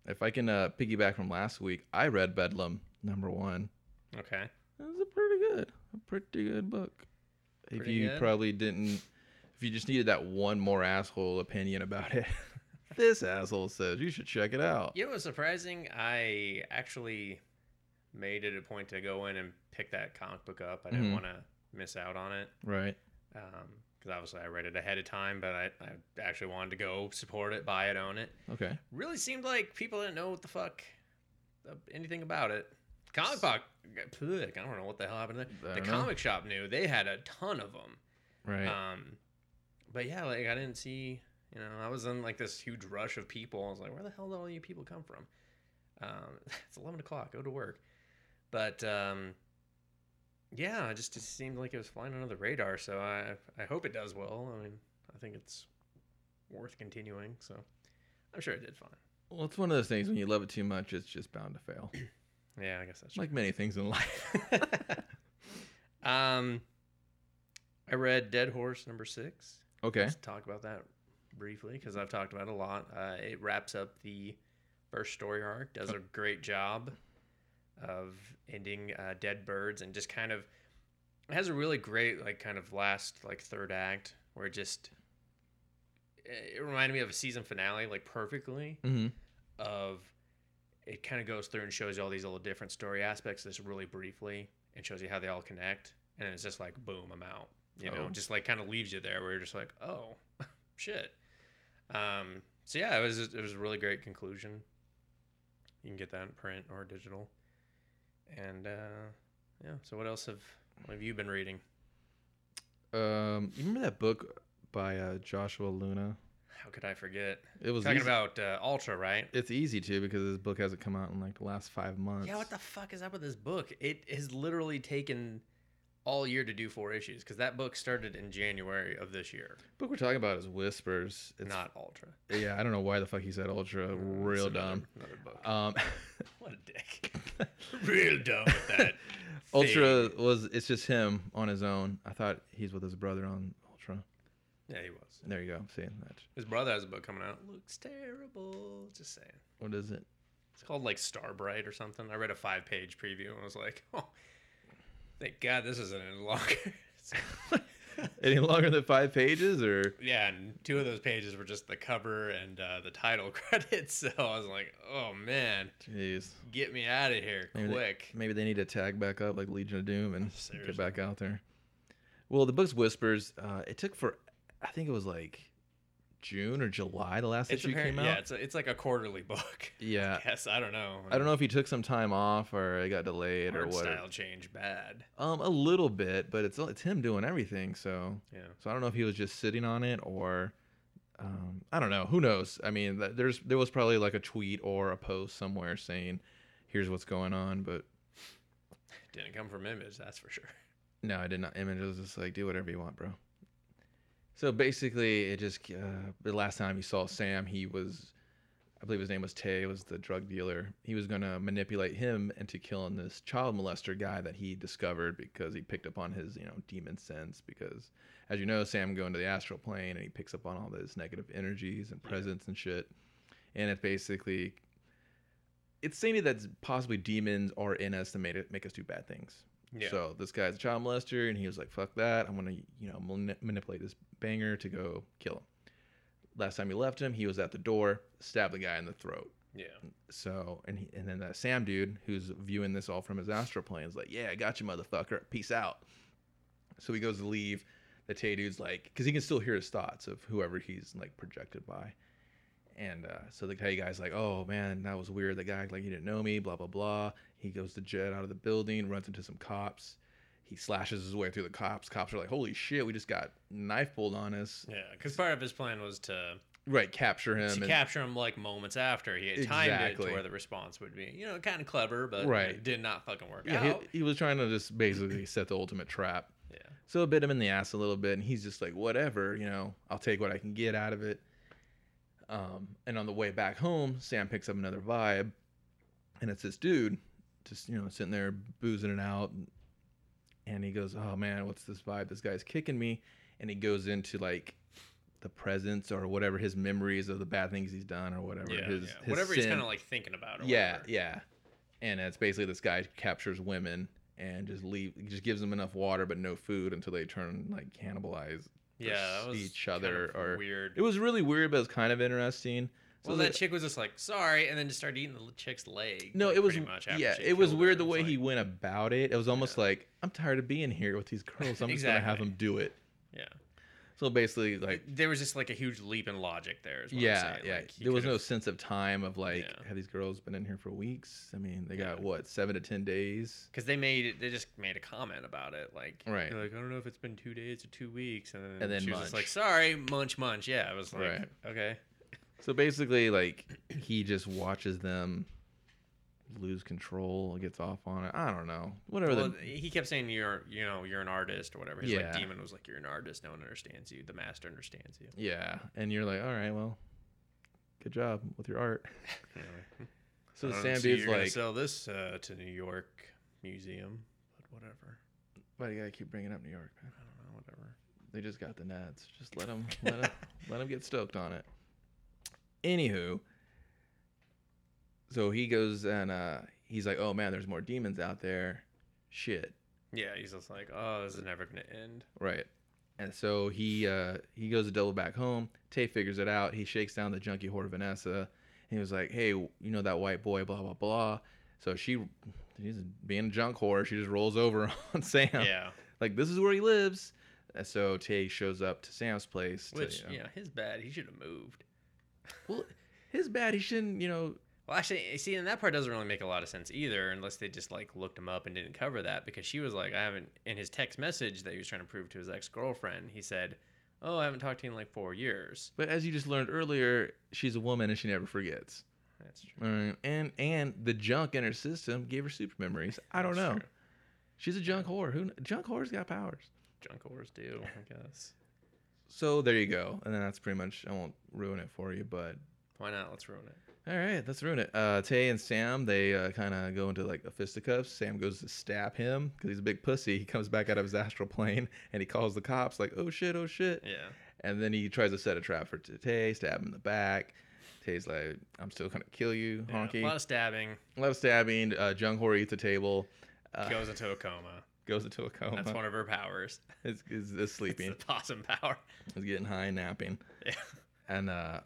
If I can uh, piggyback from last week, I read Bedlam number one. okay. It was a pretty good, a pretty good book. if Pretty you good? probably didn't, if you just needed that one more asshole opinion about it, this asshole says you should check it out. You know what's surprising? I actually made it a point to go in and pick that comic book up. I didn't Mhm. want to miss out on it Right. because Um, obviously I read it ahead of time, but I, I actually wanted to go support it, buy it, own it. Okay. Really seemed like people didn't know what the fuck uh, anything about it. Comic book, uh, I don't know what the hell happened there. I The don't know. comic shop knew they had a ton of them. Right. Um, but yeah, like I didn't see, you know, I was in like this huge rush of people. I was like, where the hell did all you people come from? Um, it's 11 o'clock, go to work. But um, yeah, it just, it seemed like it was flying under the radar. So I, I hope it does well. I mean, I think it's worth continuing. So I'm sure it did fine. well, it's one of those things when you love it too much, it's just bound to fail. Yeah, I guess that's like many things in life. um, I read Dead Horse number six. Okay. Let's talk about that briefly because I've talked about it a lot. Uh, it wraps up the first story arc, does a great job of ending uh, Dead Birds, and just kind of it has a really great like kind of last like third act where it just it it reminded me of a season finale like perfectly Mm-hmm. of it kind of goes through and shows you all these little different story aspects just really briefly and shows you how they all connect and it's just like boom i'm out you know Oh. just like kind of leaves you there where you're just like oh shit um so yeah it was it was a really great conclusion you can get that in print or digital and uh yeah so what else have what have you been reading Um, you remember that book by uh, Joshua Luna? how could i forget It was talking easy- about uh, ultra right It's easy too because this book hasn't come out in like the last five months. Yeah, what the fuck is up with this book? It has literally taken all year to do four issues because that book started in January of this year, book we're talking about is Whispers. It's not Ultra. Yeah, I don't know why the fuck he said ultra. Real It's another- dumb. Another book. Um, what a dick. Real dumb with that. ultra thing. was it's just him on his own. I thought he's with his brother on Ultra. Yeah, he was. There you go. See that. His brother has a book coming out. Looks terrible. Just saying. What is it? It's called like Starbright or something. I read a five page preview and was like, oh, thank God this isn't any longer. Any longer than five pages or Yeah, and two of those pages were just the cover and uh, the title credits. So I was like, "Oh man, jeez. get me out of here Maybe they- quick!" Maybe they need to tag back up like Legion of Doom and Seriously. get back out there. Well, the book's Whispers. Uh, it took for, I think it was like June or July the last It's issue apparent- came out. yeah, it's a, it's like a quarterly book. yeah. Yes, I don't know. I don't know if he took some time off or it got delayed or Art what. style change bad. Um, a little bit, but it's it's him doing everything. So Yeah, so I don't know if he was just sitting on it or, um, I don't know. Who knows? I mean, th- there's there was probably like a tweet or a post somewhere saying, "Here's what's going on," but didn't come from Image, that's for sure. No, I did not. Image was just like, do whatever you want, bro. So basically, it just uh, the last time you saw Sam, he was, I believe his name was Tay, was the drug dealer. He was gonna manipulate him into killing this child molester guy that he discovered because he picked up on his, you know, demon sense. Because, as you know, Sam going to the astral plane and he picks up on all those negative energies and presence and shit. And it basically, it's saying that possibly demons are in us to make it make us do bad things. Yeah, So this guy's a child molester, and he was like, "Fuck that! I'm gonna, you know, mani- manipulate this banger to go kill him." Last time you left him, he was at the door, stabbed the guy in the throat. yeah, So and he, and then that Sam dude who's viewing this all from his astral plane is like, "Yeah, I got you, motherfucker. Peace out." So he goes to leave. The Tay dude's like, because he can still hear his thoughts of whoever he's like projected by. And uh, so the Tay guy's like, "Oh man, that was weird. The guy like he didn't know me. Blah blah blah." He goes to jet out of the building, runs into some cops. He slashes his way through the cops. Cops are like, "Holy shit, we just got knife pulled on us." yeah. Because part of his plan was to right capture him to and capture him like moments after he had timed it Exactly. to where the response would be, you know, kind of clever, but Right. it did not fucking work yeah, out. he, he was trying to just basically set the ultimate trap. yeah, So it bit him in the ass a little bit, and he's just like, whatever, you know, I'll take what I can get out of it. Um, and on the way back home, Sam picks up another vibe, and it's this dude just, you know, sitting there boozing it out. And he goes, oh man, what's this vibe? This guy's kicking me. And he goes into like the presence or whatever his memories of the bad things he's done or whatever. yeah, his, yeah. his whatever he's sin. kind of like thinking about. Or Yeah, whatever. yeah. And it's basically this guy captures women and just leave, just gives them enough water but no food until they turn like cannibalize. yeah, that was each kind other of or- weird. It was really weird, but it was kind of interesting. So well, that the- chick was just like sorry, and then just started eating the chick's leg. no, like, it was pretty much after yeah, she it was killed her. weird the It's way like- he went about it. It was almost like I'm tired of being here with these girls. I'm just gonna have Exactly. them do it. Yeah, So basically, like there was just like a huge leap in logic there. Is what I'm yeah, saying. yeah. Like, he there was could've- no sense of time of like Yeah. have these girls been in here for weeks? I mean, they got Yeah. what seven to ten days. because they made it, they just made a comment about it, like Right. they're Like I don't know if it's been two days or two weeks, and then, And then she was just munch. like, "Sorry, munch, munch." Yeah, I was like, Right. "Okay, So basically, like he just watches them lose control, gets off on it. I don't know, whatever. Well, the, he kept saying you're, you know, you're an artist or whatever. His like Yeah. demon was like, you're an artist. No one understands you. The master understands you. yeah, and you're like, all right, well, good job with your art. You know, like, So "I don't Sam see dude's Um, you're gonna like, sell this uh, to New York Museum, but whatever. why do you gotta keep bringing up New York? Man? I don't know, whatever. They just got the Nats. Just let them, let them, get stoked on it. Anywho, so he goes and uh, he's like, oh man, there's more demons out there. Shit. Yeah, he's just like, oh, this is never gonna end. Right. And so he uh, he goes to double back home. Tay figures it out. He shakes down the junkie whore Vanessa. And he was like, "Hey, you know that white boy, blah blah blah." So she, she's being a junk whore. She just rolls over on Sam. Yeah, Like this is where he lives. And so Tay shows up to Sam's place. to, which you know- you know, his bad. He should have moved. well, his bad. He shouldn't. You know. Well, actually, see, and that part doesn't really make a lot of sense either, unless they just like looked him up and didn't cover that because she was like, I haven't. In his text message that he was trying to prove to his ex girlfriend, he said, "Oh, I haven't talked to you in like four years." But as you just learned earlier, she's a woman and she never forgets. That's true. All right. And and the junk in her system gave her super memories. I don't That's know. true. She's a junk whore. Who kn- junk whores got powers. Junk wars do, I guess. So there you go. And then that's pretty much I won't ruin it for you, but Why not? Let's ruin it. all right, let's ruin it. Uh, Tay and Sam they uh, kind of go into like a fisticuffs. Sam goes to stab him because he's a big pussy. He comes back out of his astral plane and he calls the cops like, "Oh shit, oh shit!" Yeah. And then he tries to set a trap for Tay, stab him in the back. Tay's like, "I'm still gonna kill you, Yeah, honky." A lot of stabbing A lot of stabbing. Uh, Jung Hor eats a table, uh, goes into a coma. goes into a coma. That's one of her powers. It's, it's, it's It's sleeping. the possum power. It's getting high and napping. Yeah. And uh,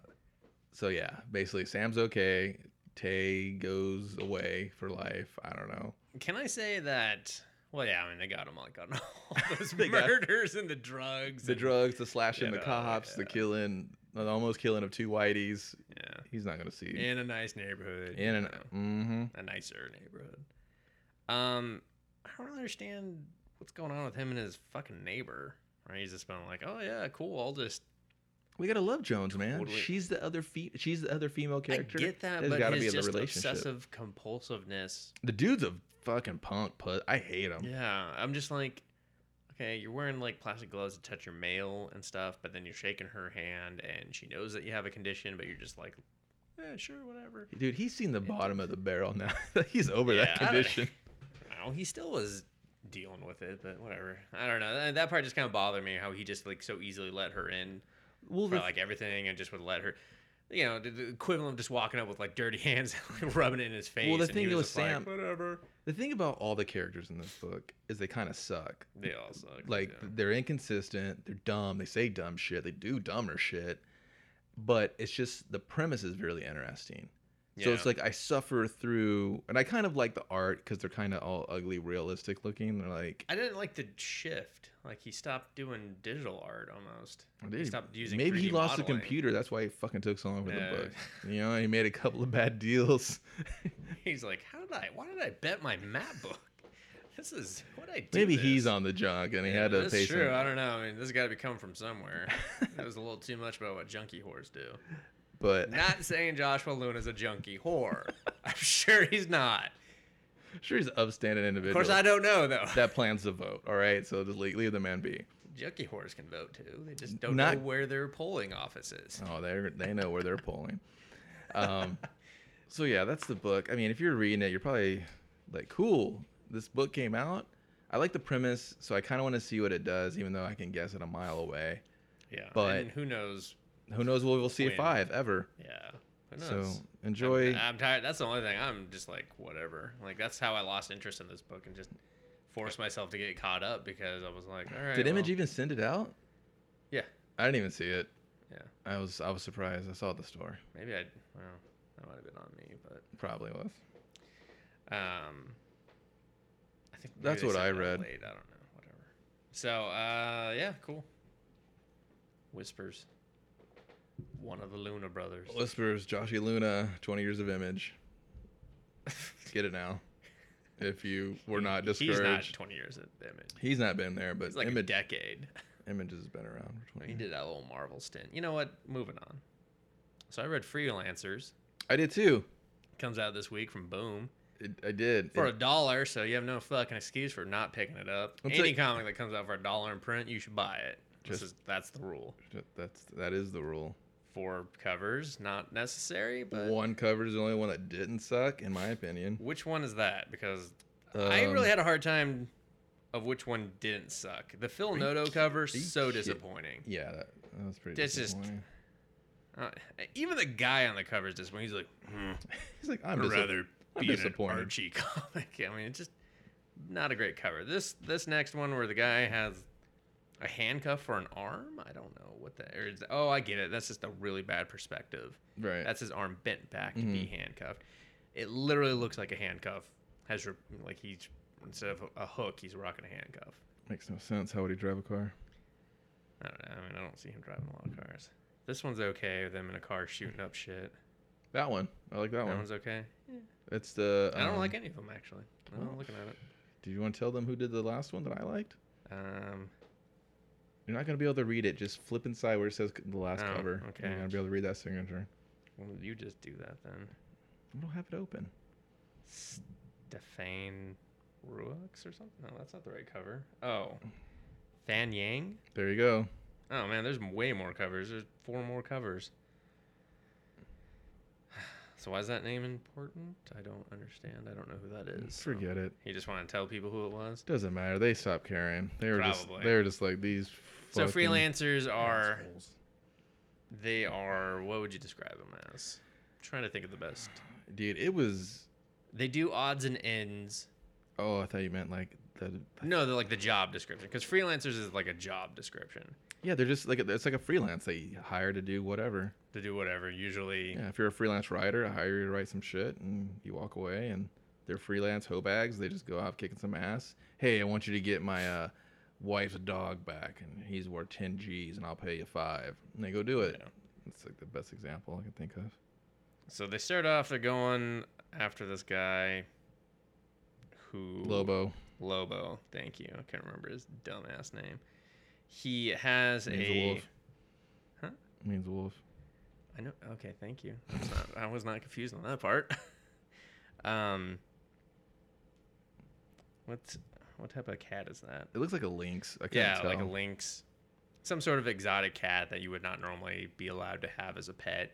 so yeah, basically Sam's okay. Tay goes away for life. I don't know. Can I say that? Well, yeah. I mean, they got him like on all those They got- murders and the drugs. The and- drugs, the slashing, Yeah, the cops, the yeah. killing, the almost killing of two whiteys. Yeah. He's not gonna see in a nice neighborhood. in and you know, mm-hmm. a nicer neighborhood. Um, I don't really understand what's going on with him and his fucking neighbor. Right? He's just been like, oh yeah, cool. I'll just. We gotta love Jones, man. Totally. She's the other fe- She's the other female character. I get that, There's but gotta his be a just relationship. obsessive compulsiveness. The dude's a fucking punk. Put I hate him. Yeah, I'm just like, okay, you're wearing like plastic gloves to touch your mail and stuff, but then you're shaking her hand, and she knows that you have a condition, but you're just like, yeah, sure, whatever. Dude, he's seen the bottom of the barrel now. he's over Yeah, that I don't- condition. Oh, he still was dealing with it, but whatever. I don't know. That, that part just kind of bothered me how he just like so easily let her in Well, for the like everything and just would let her. You know, the- the equivalent of just walking up with like dirty hands, and, like, rubbing it in his face. the and he thing with just like, Sam- whatever. The thing about all the characters in this book is they kind of suck. They all suck. Like yeah. they're inconsistent, they're dumb, they say dumb shit, they do dumber shit. But it's just the premise is really interesting. So it's Yeah. like I suffer through, and I kind of like the art because they're kind of all ugly, realistic looking. They're like, I didn't like the shift. Like he stopped doing digital art almost. He "Dude, stopped using. maybe he 3D lost modeling. a computer. That's why he fucking took so long for Yeah. the book. You know, he made a couple of bad deals. He's like, how did I? Why did I bet my map book? this is what I do. Maybe this? he's on the junk and he Yeah, had to That's pay true. some- I don't know. I mean, this has got to be coming from somewhere. that was a little too much about what junkie whores do. But Not saying Joshua Luna's a junkie whore. I'm sure he's not. sure, he's an upstanding Of individual course, I don't know though. that plans to vote. All right, so just leave, leave the man be. junkie whores can vote too. They just don't Not- know where their polling office is. Oh, they they know where they're pulling. Um, so yeah, that's the book. I mean, if you're reading it, you're probably like, "Cool, this book came out." I like the premise, so I kind of want to see what it does, even though I can guess it a mile away. Yeah. But- and who knows? Who knows what we'll see When. at five ever? Yeah. Who So knows? enjoy. I'm, I'm tired. That's the only thing. I'm just like whatever. Like that's how I lost interest in this book and just forced myself to get caught up because I was like, all right. Did Image well, even send it out? Yeah. I didn't even see it. Yeah. I was I was surprised. I saw it at the store. Maybe I. Well, that might have been on me, but Probably was. um, I think maybe That's they what sent I it out read. Late. I don't know. Whatever. So uh, yeah, cool. Whispers. One of the Luna brothers. Whispers, Joshy Luna, 20 years of Image. Get it now. If you were not discouraged. He's not 20 years at Image. He's not been there, but It's like a Image, decade. Image has been around for 20 He years. did that little Marvel stint. You know what? Moving on. So I read Freelancers. I did too. Comes out this week from Boom It, I did. for a It- dollar. So you have no fucking excuse for not picking it up. I'll Any take- comic that comes out for a dollar in print, you should buy it. This Just- is that's the rule. that's that is the rule. Four covers, not necessary. But one cover is the only one that didn't suck, in my opinion. which one is that? Because I Um, really had a hard time of which one didn't suck. The Phil Noto cover so kid- disappointing. Yeah, that, that was pretty. That's just- disappointing. Uh, even the guy on the cover is disappointing. He's like, hmm. He's like, I'm I'd just rather I'm be an disappointed. Archie comic. I mean, it's just not a great cover. This this next one where the guy has a handcuff for an arm. I don't know what that. Or is, oh, I get it. That's just a really bad perspective. right. That's his arm bent back to Mm-hmm. be handcuffed. It literally looks like a handcuff. Has re- like he's instead of a hook, he's rocking a handcuff. Makes no sense. How would he drive a car? I don't know. I mean, I don't see him driving a lot of cars. This one's okay. Them in a car shooting up shit. That one. I like that, That one. one's okay. It's the. I don't um, like any of them actually. I'm well, looking at it. Do you want to tell them who did the last one that I liked? Um, You're not gonna be able to read it. Just flip inside where it says c- the last Oh, cover. okay. You're gonna be able to read that signature. Well, you just do that then. I don't have it open. Stefan Ruux or something? No, that's not the right cover. Oh. Fan Yang? There you go. Oh man, there's m- way more covers. There's four more covers. So why is that name important? I don't understand. I don't know who that is. so- Forget it. You just want to tell people who it was? Doesn't matter. They stopped caring. They were just Probably. they were just like these. So fucking freelancers are assholes. they are what would you describe them as? trying to think of the best. Dude, it was. They do odds and ends. Oh, I thought you meant like the. No, they're like the job description because freelancers is like a job description. Yeah, they're just like it's like a freelance. They hire to do whatever. to do whatever. Usually, Yeah, if you're a freelance writer, I hire you to write some shit, and you walk away, and they're freelance hoe bags. They just go out kicking some ass. Hey, I want you to get my uh, wife's dog back, and he's worth ten G's, and I'll pay you five. And they go do it. Yeah. That's like the best example I can think of. so they start off. They're going after this guy, who Lobo. Lobo. Thank you. I can't remember his dumbass name. He has Means a. a wolf. Huh? Means wolf. I know. Okay, thank you. That's not- I was not confused on that part. um, what's what type of cat is that? It looks like a lynx. I can't Yeah, tell. like a lynx, some sort of exotic cat that you would not normally be allowed to have as a pet.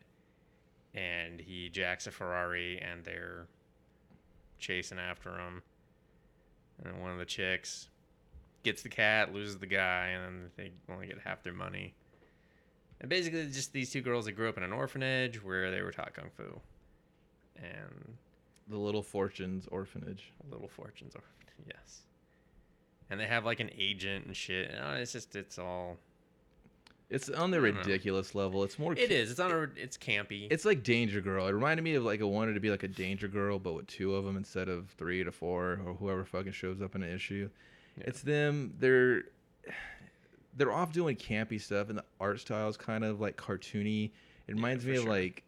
And he jacks a Ferrari, and they're chasing after him. And then one of the chicks gets the cat, loses the guy, and then they only get half their money. And basically, it's just these two girls that grew up in an orphanage where they were taught kung fu, and The Little Fortunes orphanage. Little Fortunes are yes. And they have like an agent and shit. And uh, it's just it's all It's on the I don't know. ridiculous level. It's more. Hmm. it ki- is. It's on a it's campy. It's like Danger Girl. It reminded me of like I wanted to be like a Danger Girl, but with two of them instead of three to four or whoever fucking shows up in an issue. Yeah. It's them. They're they're off doing campy stuff, and the art style is kind of like cartoony. It reminds for me of sure. like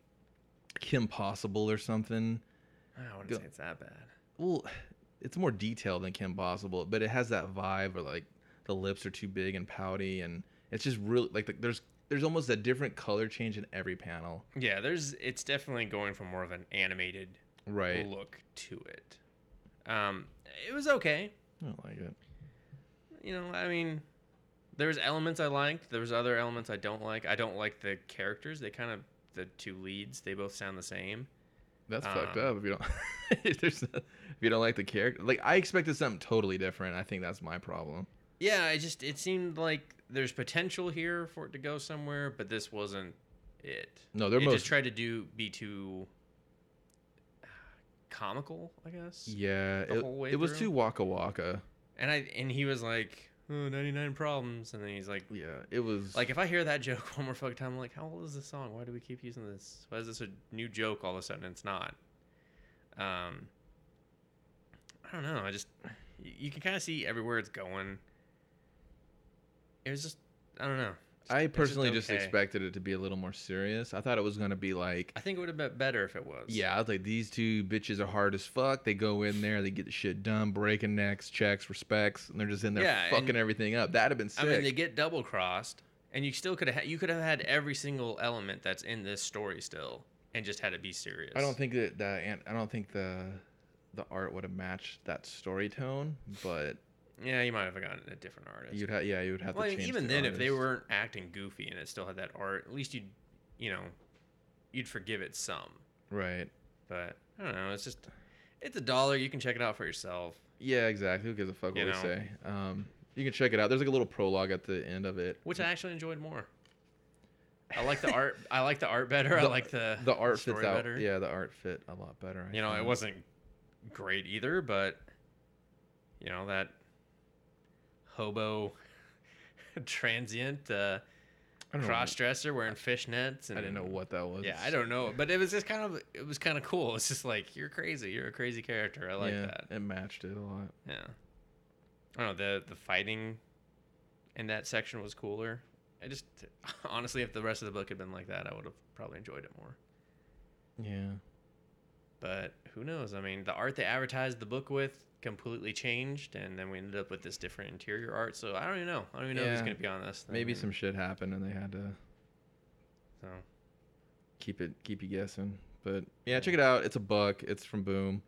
Kim Possible or something. I wouldn't go- say it's that bad. Well, it's more detailed than Kim Possible, but it has that vibe where like the lips are too big and pouty, and it's just really like the, there's there's almost a different color change in every panel. Yeah, there's it's definitely going for more of an animated Right. look to it. Um, it was okay. I don't like it. You know, I mean, there was elements I liked. There was other elements I don't like. I don't like the characters. They kind of the two leads. They both sound the same. That's fucked Um, up. If you don't, if, there's no- if you don't like the character, like I expected something totally different. I think that's my problem. Yeah, I just it seemed like there's potential here for it to go somewhere, but this wasn't it. No, they're it most just tried to do be too ah, comical, I guess. yeah. the It, whole way it was through. too waka waka. And I and he was like, oh, 99 problems, and then he's like, Yeah, it was like if I hear that joke one more fucking time, I'm like, how old is this song? Why do we keep using this? Why is this a new joke all of a sudden? It's not. Um, I don't know. I just y- you can kind of see everywhere it's going. It was just I don't know. I It's personally just, okay. expected it to be a little more serious. I thought it was gonna be like, I think it would have been better if it was. yeah, I was like these two bitches are hard as fuck. They go in there, they get the shit done, breaking necks, checks, respects, and they're just in there Yeah, fucking and- everything up. That'd have been sick. I mean, they get double crossed, and you still could have you could have had every single element that's in this story still, and just had it be serious. I don't think that that and I don't think the the art would have matched that story tone, but Yeah, you might have gotten a different artist. you'd have yeah, you would have well, to change. even the then, if they artist. weren't acting goofy and it still had that art, at least you'd you know you'd forgive it some. right, But I don't know. It's just it's a dollar. You can check it out for yourself. yeah, exactly. Who gives a fuck what You we know. say? Um, you can check it out. There's like a little prologue at the end of it, Which I actually enjoyed more. I like the art. I like the art better. I The- like the the art story fits out. better. Yeah, the art fit a lot better. I you know, it found. wasn't great either, but you know that hobo transient uh, I don't know. cross dresser wearing fishnets. I And didn't know what that was. Yeah, I don't know, but it was just kind of it was kind of cool. It's just like you're crazy. You're a crazy character. I like yeah, that. It matched it a lot. Yeah. I don't know the the fighting in that section was cooler. I just honestly, if the rest of the book had been like that, I would have probably enjoyed it more. Yeah. But who knows? I mean, the art they advertised the book with completely changed, and then we ended up with this different interior art. So I don't even know. I don't even know who's Yeah. gonna be on this. I Maybe mean, some shit happened and they had to So keep it keep you guessing. But yeah, check it out. It's a buck. It's from Boom.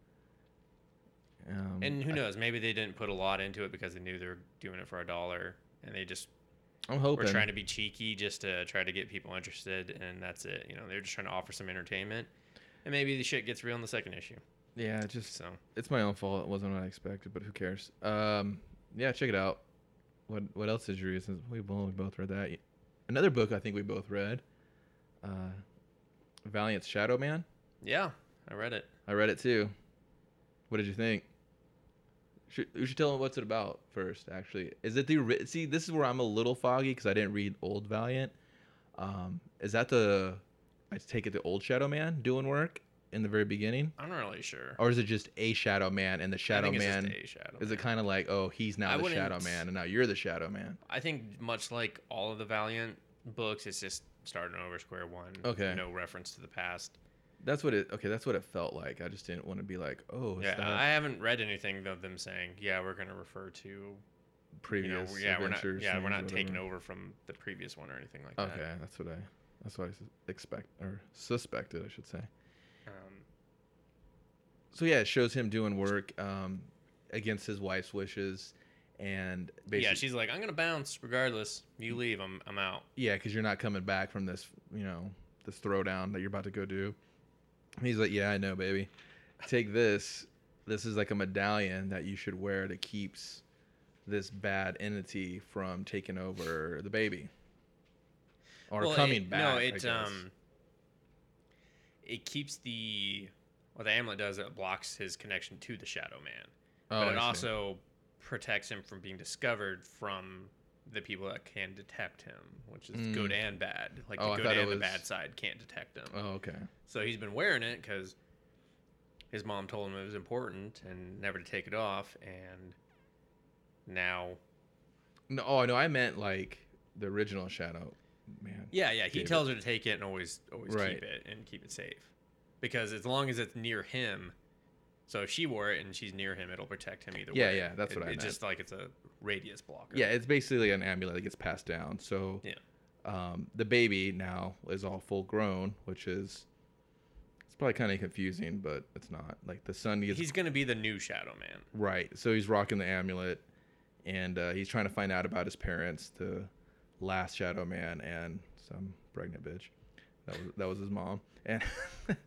Um, and who I- knows? Maybe they didn't put a lot into it because they knew they were doing it for a dollar, and they just I'm hoping. We're trying to be cheeky just to try to get people interested, and that's it. You know, they're just trying to offer some entertainment, and maybe the shit gets real in the second issue. Yeah, it just So it's my own fault. It wasn't what I expected, but who cares? Um, yeah, check it out. What what else did you read? Since we both we both read that. Another book I think we both read. Uh, Valiant's Shadow Man. yeah, I read it. I read it too. What did you think? Should, we should tell them what's it about first. Actually, is it the ori- see? This is where I'm a little foggy because I didn't read Old Valiant. Um, is that the I take it the old Shadow Man doing work in the very beginning, I'm not really sure. or is it just a Shadow Man and the Oh, I Shadow think it's just Man? a Shadow Is it Man. kind of like, oh, he's now I the wouldn't Shadow s- Man, and now you're the Shadow Man? I think much like all of the Valiant books, it's just starting over square one. Okay. No reference to the past. That's what it. Okay, that's what it felt like. I just didn't want to be like, oh, is yeah, that I haven't read anything of them saying, yeah, we're gonna refer to you know, previous yeah, we're not, adventures? yeah, we're things or not taking whatever? over from the previous one or anything like that. Okay, that's what I. That's what I sus- expect or suspected, I should say. Um, So yeah, it shows him doing work um, against his wife's wishes, and basically, yeah, she's like, I'm gonna bounce regardless. Mm. You leave, I'm I'm out. yeah, because you're not coming back from this, you know, this throwdown that you're about to go do. And he's like, yeah, I know, baby. Take this. This is like a medallion that you should wear that keeps this bad entity from taking over the baby or Well, coming it- back. No, I it guess. um, it keeps the well, the amulet does it blocks his connection to the Shadow Man, Oh, I but it see. also protects him from being discovered from the people that can detect him, which is good Mm. and bad. Like Oh, I the thought good it and was- the bad side can't detect him. Oh, okay. So he's been wearing it because his mom told him it was important and never to take it off, and now No, oh no, I meant like the original Shadow Man. Yeah, yeah. He David. tells her to take it and always always Right. keep it and keep it safe. Because as long as it's near him, So if she wore it and she's near him, it'll protect him either Yeah, way. yeah, that's it, what I It's meant. just like it's a radius blocker. Yeah, it's basically an amulet that gets passed down. So Yeah. um, the baby now is all full grown, which is it's probably kind of confusing, but it's not. Like the son gets He's gonna be the new Shadow Man. right, so he's rocking the amulet, and uh, he's trying to find out about his parents, the last Shadow Man, and some pregnant bitch. That was that was his mom, and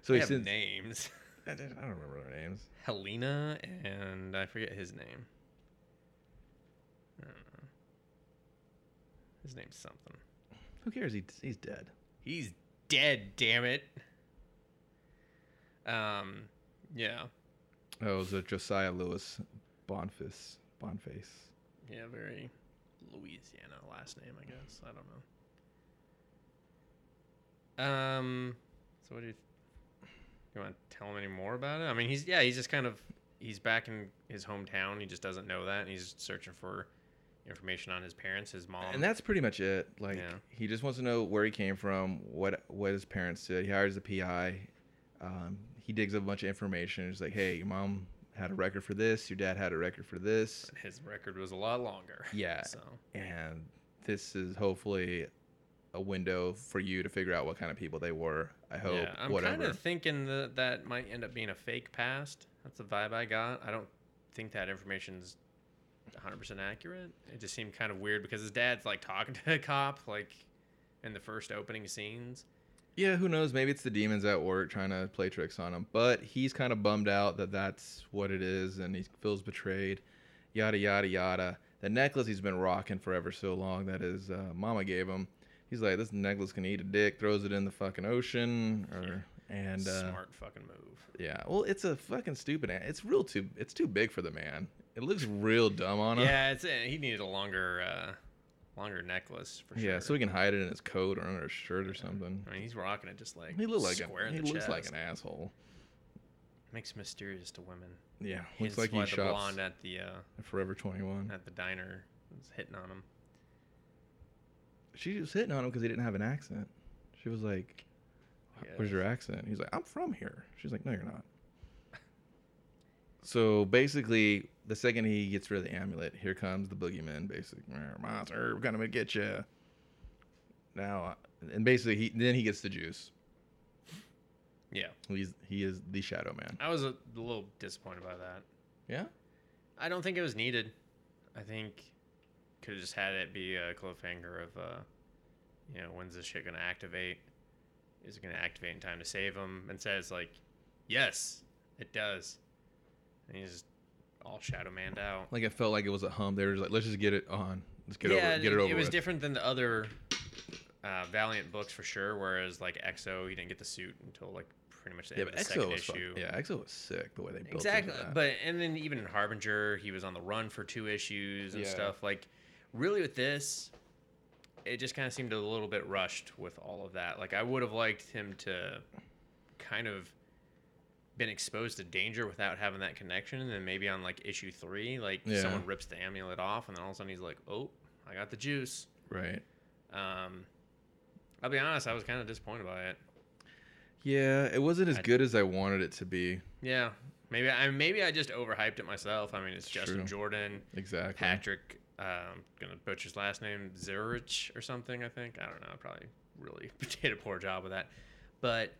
so They he have sends. names. I don't remember their names. Helena and I forget his name. I don't know. His name's something. Who cares? He, he's dead. He's dead, damn it. Um, yeah, Oh, it was a Josiah Lewis Bonface. Bonface. yeah, very Louisiana last name, I guess. I don't know. Um, so what do you you want to tell him any more about it? I mean, he's yeah, he's just kind of he's back in his hometown. He just doesn't know that, and he's searching for information on his parents, his mom. and that's pretty much it. Like Um, Yeah. he just wants to know where he came from, what what his parents did. He hires a PI. Um, he digs up a bunch of information. He's like, "Hey, your mom had a record for this. Your dad had a record for this. his record was a lot longer. Yeah, So and this is hopefully a window for you to figure out what kind of people they were. I hope. yeah, I'm kind whatever. of thinking that that might end up being a fake past. That's the vibe I got. I don't think that information's 100% accurate. It just seemed kind of weird because his dad's like talking to a cop like in the first opening scenes. yeah, who knows? Maybe it's the demons at work trying to play tricks on him. But he's kind of bummed out that that's what it is, and he feels betrayed. Yada yada yada. The necklace he's been rocking forever so long that his uh, mama gave him. He's like, this necklace can eat a dick. Throws it in the fucking ocean, or and uh, Smart fucking move. yeah. Well, it's a fucking stupid. an- It's real too. It's too big for the man. It looks real dumb on him. Yeah, it's eh, he needed a longer uh longer necklace for sure. Yeah, so he can hide it in his coat or under his shirt or something. I mean, he's rocking it just like He looks like square a, in he the looks chest. like an asshole. Makes mysterious to women. Yeah, Hence looks like why he the shops blonde at the uh, at Forever Twenty One. at the diner was hitting on him. She was hitting on him because he didn't have an accent. She was like, "Where's your accent?" He's like, "I'm from here." She's like, "No, you're not." So basically, the second he gets rid of the amulet, here comes the boogeyman. Basically, "Meow, monster, we're gonna get you. Now, uh, and basically, he then he gets the juice. Yeah. He's he is the Shadow Man. I was a little disappointed by that. Yeah. I don't think it was needed. I think could have just had it be a cliffhanger of, uh, you know, when's this shit gonna activate? Is it gonna activate in time to save him? And says like, yes, it does. And he's just all shadow manned out. Like it felt like it was a hum. They were just like, let's just get it on. Let's get yeah, over. Get it over. It was with. different than the other uh, Valiant books for sure. Whereas like EXO, he didn't get the suit until like pretty much the Yeah, end but of the EXO second was fuck- issue. yeah, EXO was sick the way they built exactly Into that. but and then even in harbinger he was on the run for two issues and Yeah. stuff like really with this it just kind of seemed a little bit rushed with all of that like i would have liked him to kind of been exposed to danger without having that connection and then maybe on like issue three like Yeah. someone rips the amulet off and then all of a sudden he's like oh i got the juice right. um i'll be honest i was kind of disappointed by it Yeah, it wasn't as I- good as I wanted it to be. yeah maybe i maybe i just overhyped it myself i mean it's justin True. jordan Exactly. Patrick, um, gonna butcher his last name, Zerich or something, I think. I don't know. I probably really did a poor job with that. But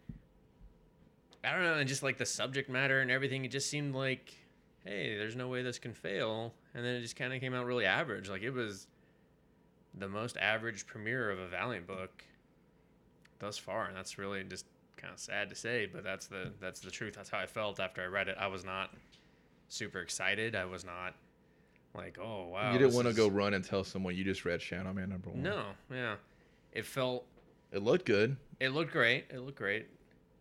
I don't know. And just like the subject matter and everything, it just seemed like, hey, there's no way this can fail. And then it just kind of came out really average. Like it was the most average premiere of a Valiant book thus far. And that's really just kind of sad to say, but that's the that's the truth. That's how I felt after I read it. I was not super excited. I was not like, oh wow. you didn't this want to is- go run and tell someone you just read Shadow Man number one. No, yeah. It felt It looked good. it looked great. It looked great,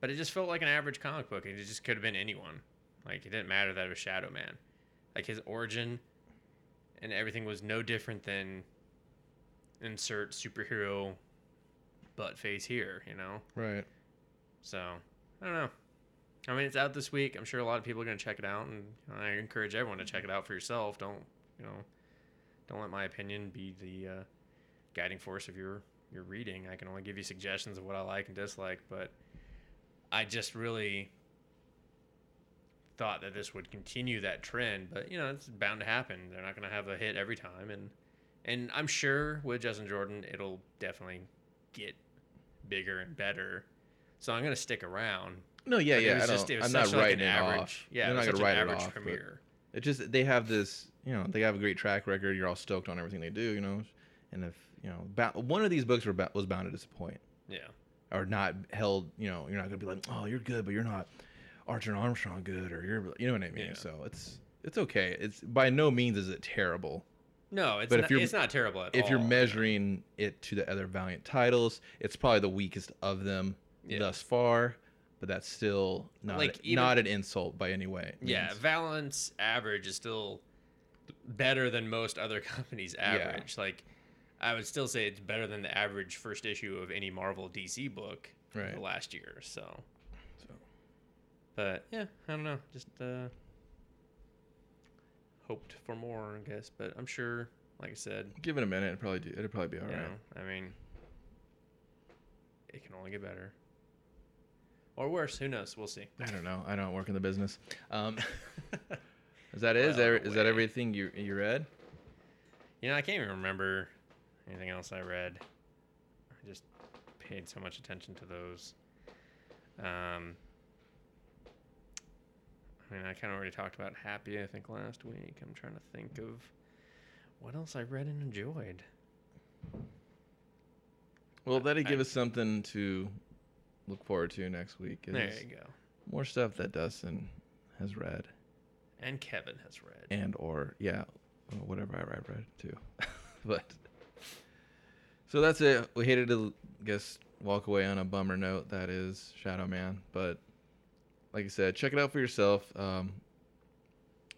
but it just felt like an average comic book. and It just could have been anyone. Like it didn't matter that it was Shadow Man. Like his origin and everything was no different than insert superhero butt face here. You know. Right. So I don't know. I mean, it's out this week. I'm sure a lot of people are gonna check it out, and I encourage everyone to check it out for yourself. Don't you know? Don't let my opinion be the uh, guiding force of your your reading. I can only give you suggestions of what I like and dislike, but I just really thought that this would continue that trend, but you know it's bound to happen. They're not going to have a hit every time, and and I'm sure with Justin Jordan, it'll definitely get bigger and better. So I'm going to stick around. No, yeah, But it yeah. was I just- don't- it was I'm not such, like, writing an it average- off. Yeah, they're it not was gonna such an write it average off. but premiere. It just they have this, you know, they have a great track record. You're all stoked on everything they do, you know, and if you know, ba- one of these books were ba- was bound to disappoint Yeah. or not held. You know, you're not gonna be like, oh, you're good, but you're not Archer and Armstrong good, or you're, you know what I mean. Yeah. So it's it's okay. It's by no means is it terrible. No, it's But if not, you're- it's not terrible at all. if you're yeah. measuring it to the other Valiant titles, it's probably the weakest of them Yeah. thus far. But that's still not Like, even- not an insult by any way. Yeah, means. Valance average is still better than most other companies' average. Like, I would still say it's better than the average first issue of any Marvel DC book Right. the last year. So, So. but yeah, I don't know. Just uh, hoped for more, I guess. But I'm sure, like I said, Give it a minute. It'd probably do. It'd probably be all you right. know, I mean, it can only get better or worse. Who knows? We'll see. I don't know. I don't work in the business. Um, is that it? Well, Is that, no is that way. everything you you read? You know, I can't even remember anything else I read. I just paid so much attention to those. Um, I mean, I kind of already talked about Happy, I think, last week. I'm trying to think of what else I read and enjoyed. Well, that'd I- give us something to look forward to next week. Is There you go. More stuff that Dustin has read And Kevin has read. and or yeah, well, whatever I read, read too. but so that's it. We hated to guess walk away on a bummer note. That is Shadow Man. But like I said, check it out for yourself. Um,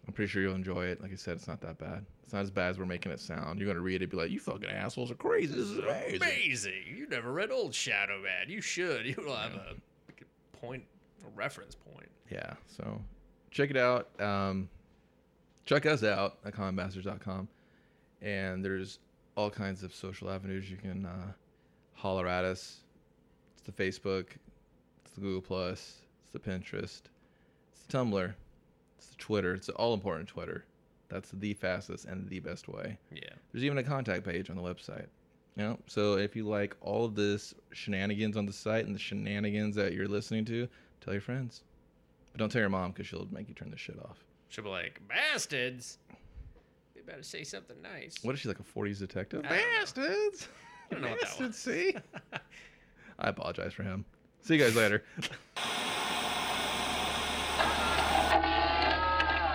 I'm pretty sure you'll enjoy it. Like I said, it's not that bad. It's not as bad as we're making it sound. You're gonna read it, and be like, "You fucking assholes are crazy. This is amazing." amazing. You never read Old Shadow Man. You should. You will have Yeah. a point, a reference point. Yeah. So check it out. Um, check us out at commonbastards.com. And there's all kinds of social avenues you can uh, holler at us. It's the Facebook, it's the Google Plus, it's the Pinterest, it's the Tumblr, it's the Twitter. It's the all important Twitter. That's the fastest and the best way. Yeah. There's even a contact page on the website. You know, so if you like all of this shenanigans on the site and the shenanigans that you're listening to, tell your friends. But don't tell your mom because she'll make you turn this shit off. She'll be like, bastards. They better say something nice. What is she like a 40s detective? I don't know. Bastards! I don't know what that Bastards, see? I apologize for him. See you guys later.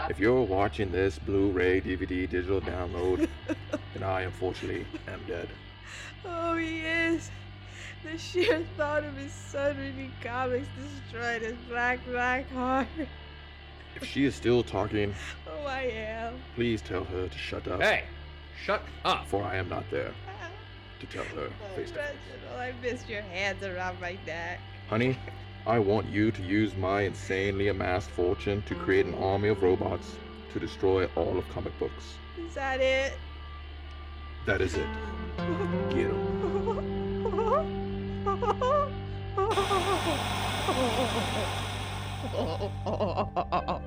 If you're watching this Blu-ray, DVD, digital download, then I unfortunately am dead. Oh, he is. The sheer thought of his son reading comics destroyed his black, black heart. If she is still talking, Oh, I am. please tell her to shut up, Hey, shut up. for I am not there to tell her Oh, face to face. Reginald, I missed your hands around my neck. Honey, I want you to use my insanely amassed fortune to create an army of robots to destroy all of comic books. Is that it? That is it. Get 'em.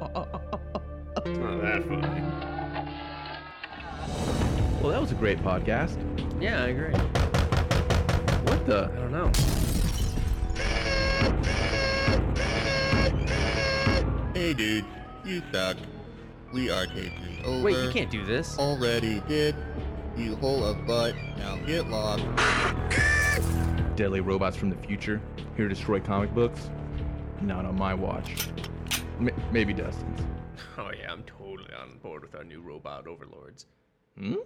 It's not that funny. Well, that was a great podcast. Yeah, I agree. What the? I don't know. Hey dude, you suck. We are taking over. Wait, you can't do this. Already did. You hole of butt. Now get lost. Deadly robots from the future here to destroy comic books? Not on my watch. M- maybe Dustin's. Oh yeah, I'm totally on board with our new robot overlords. Hmm?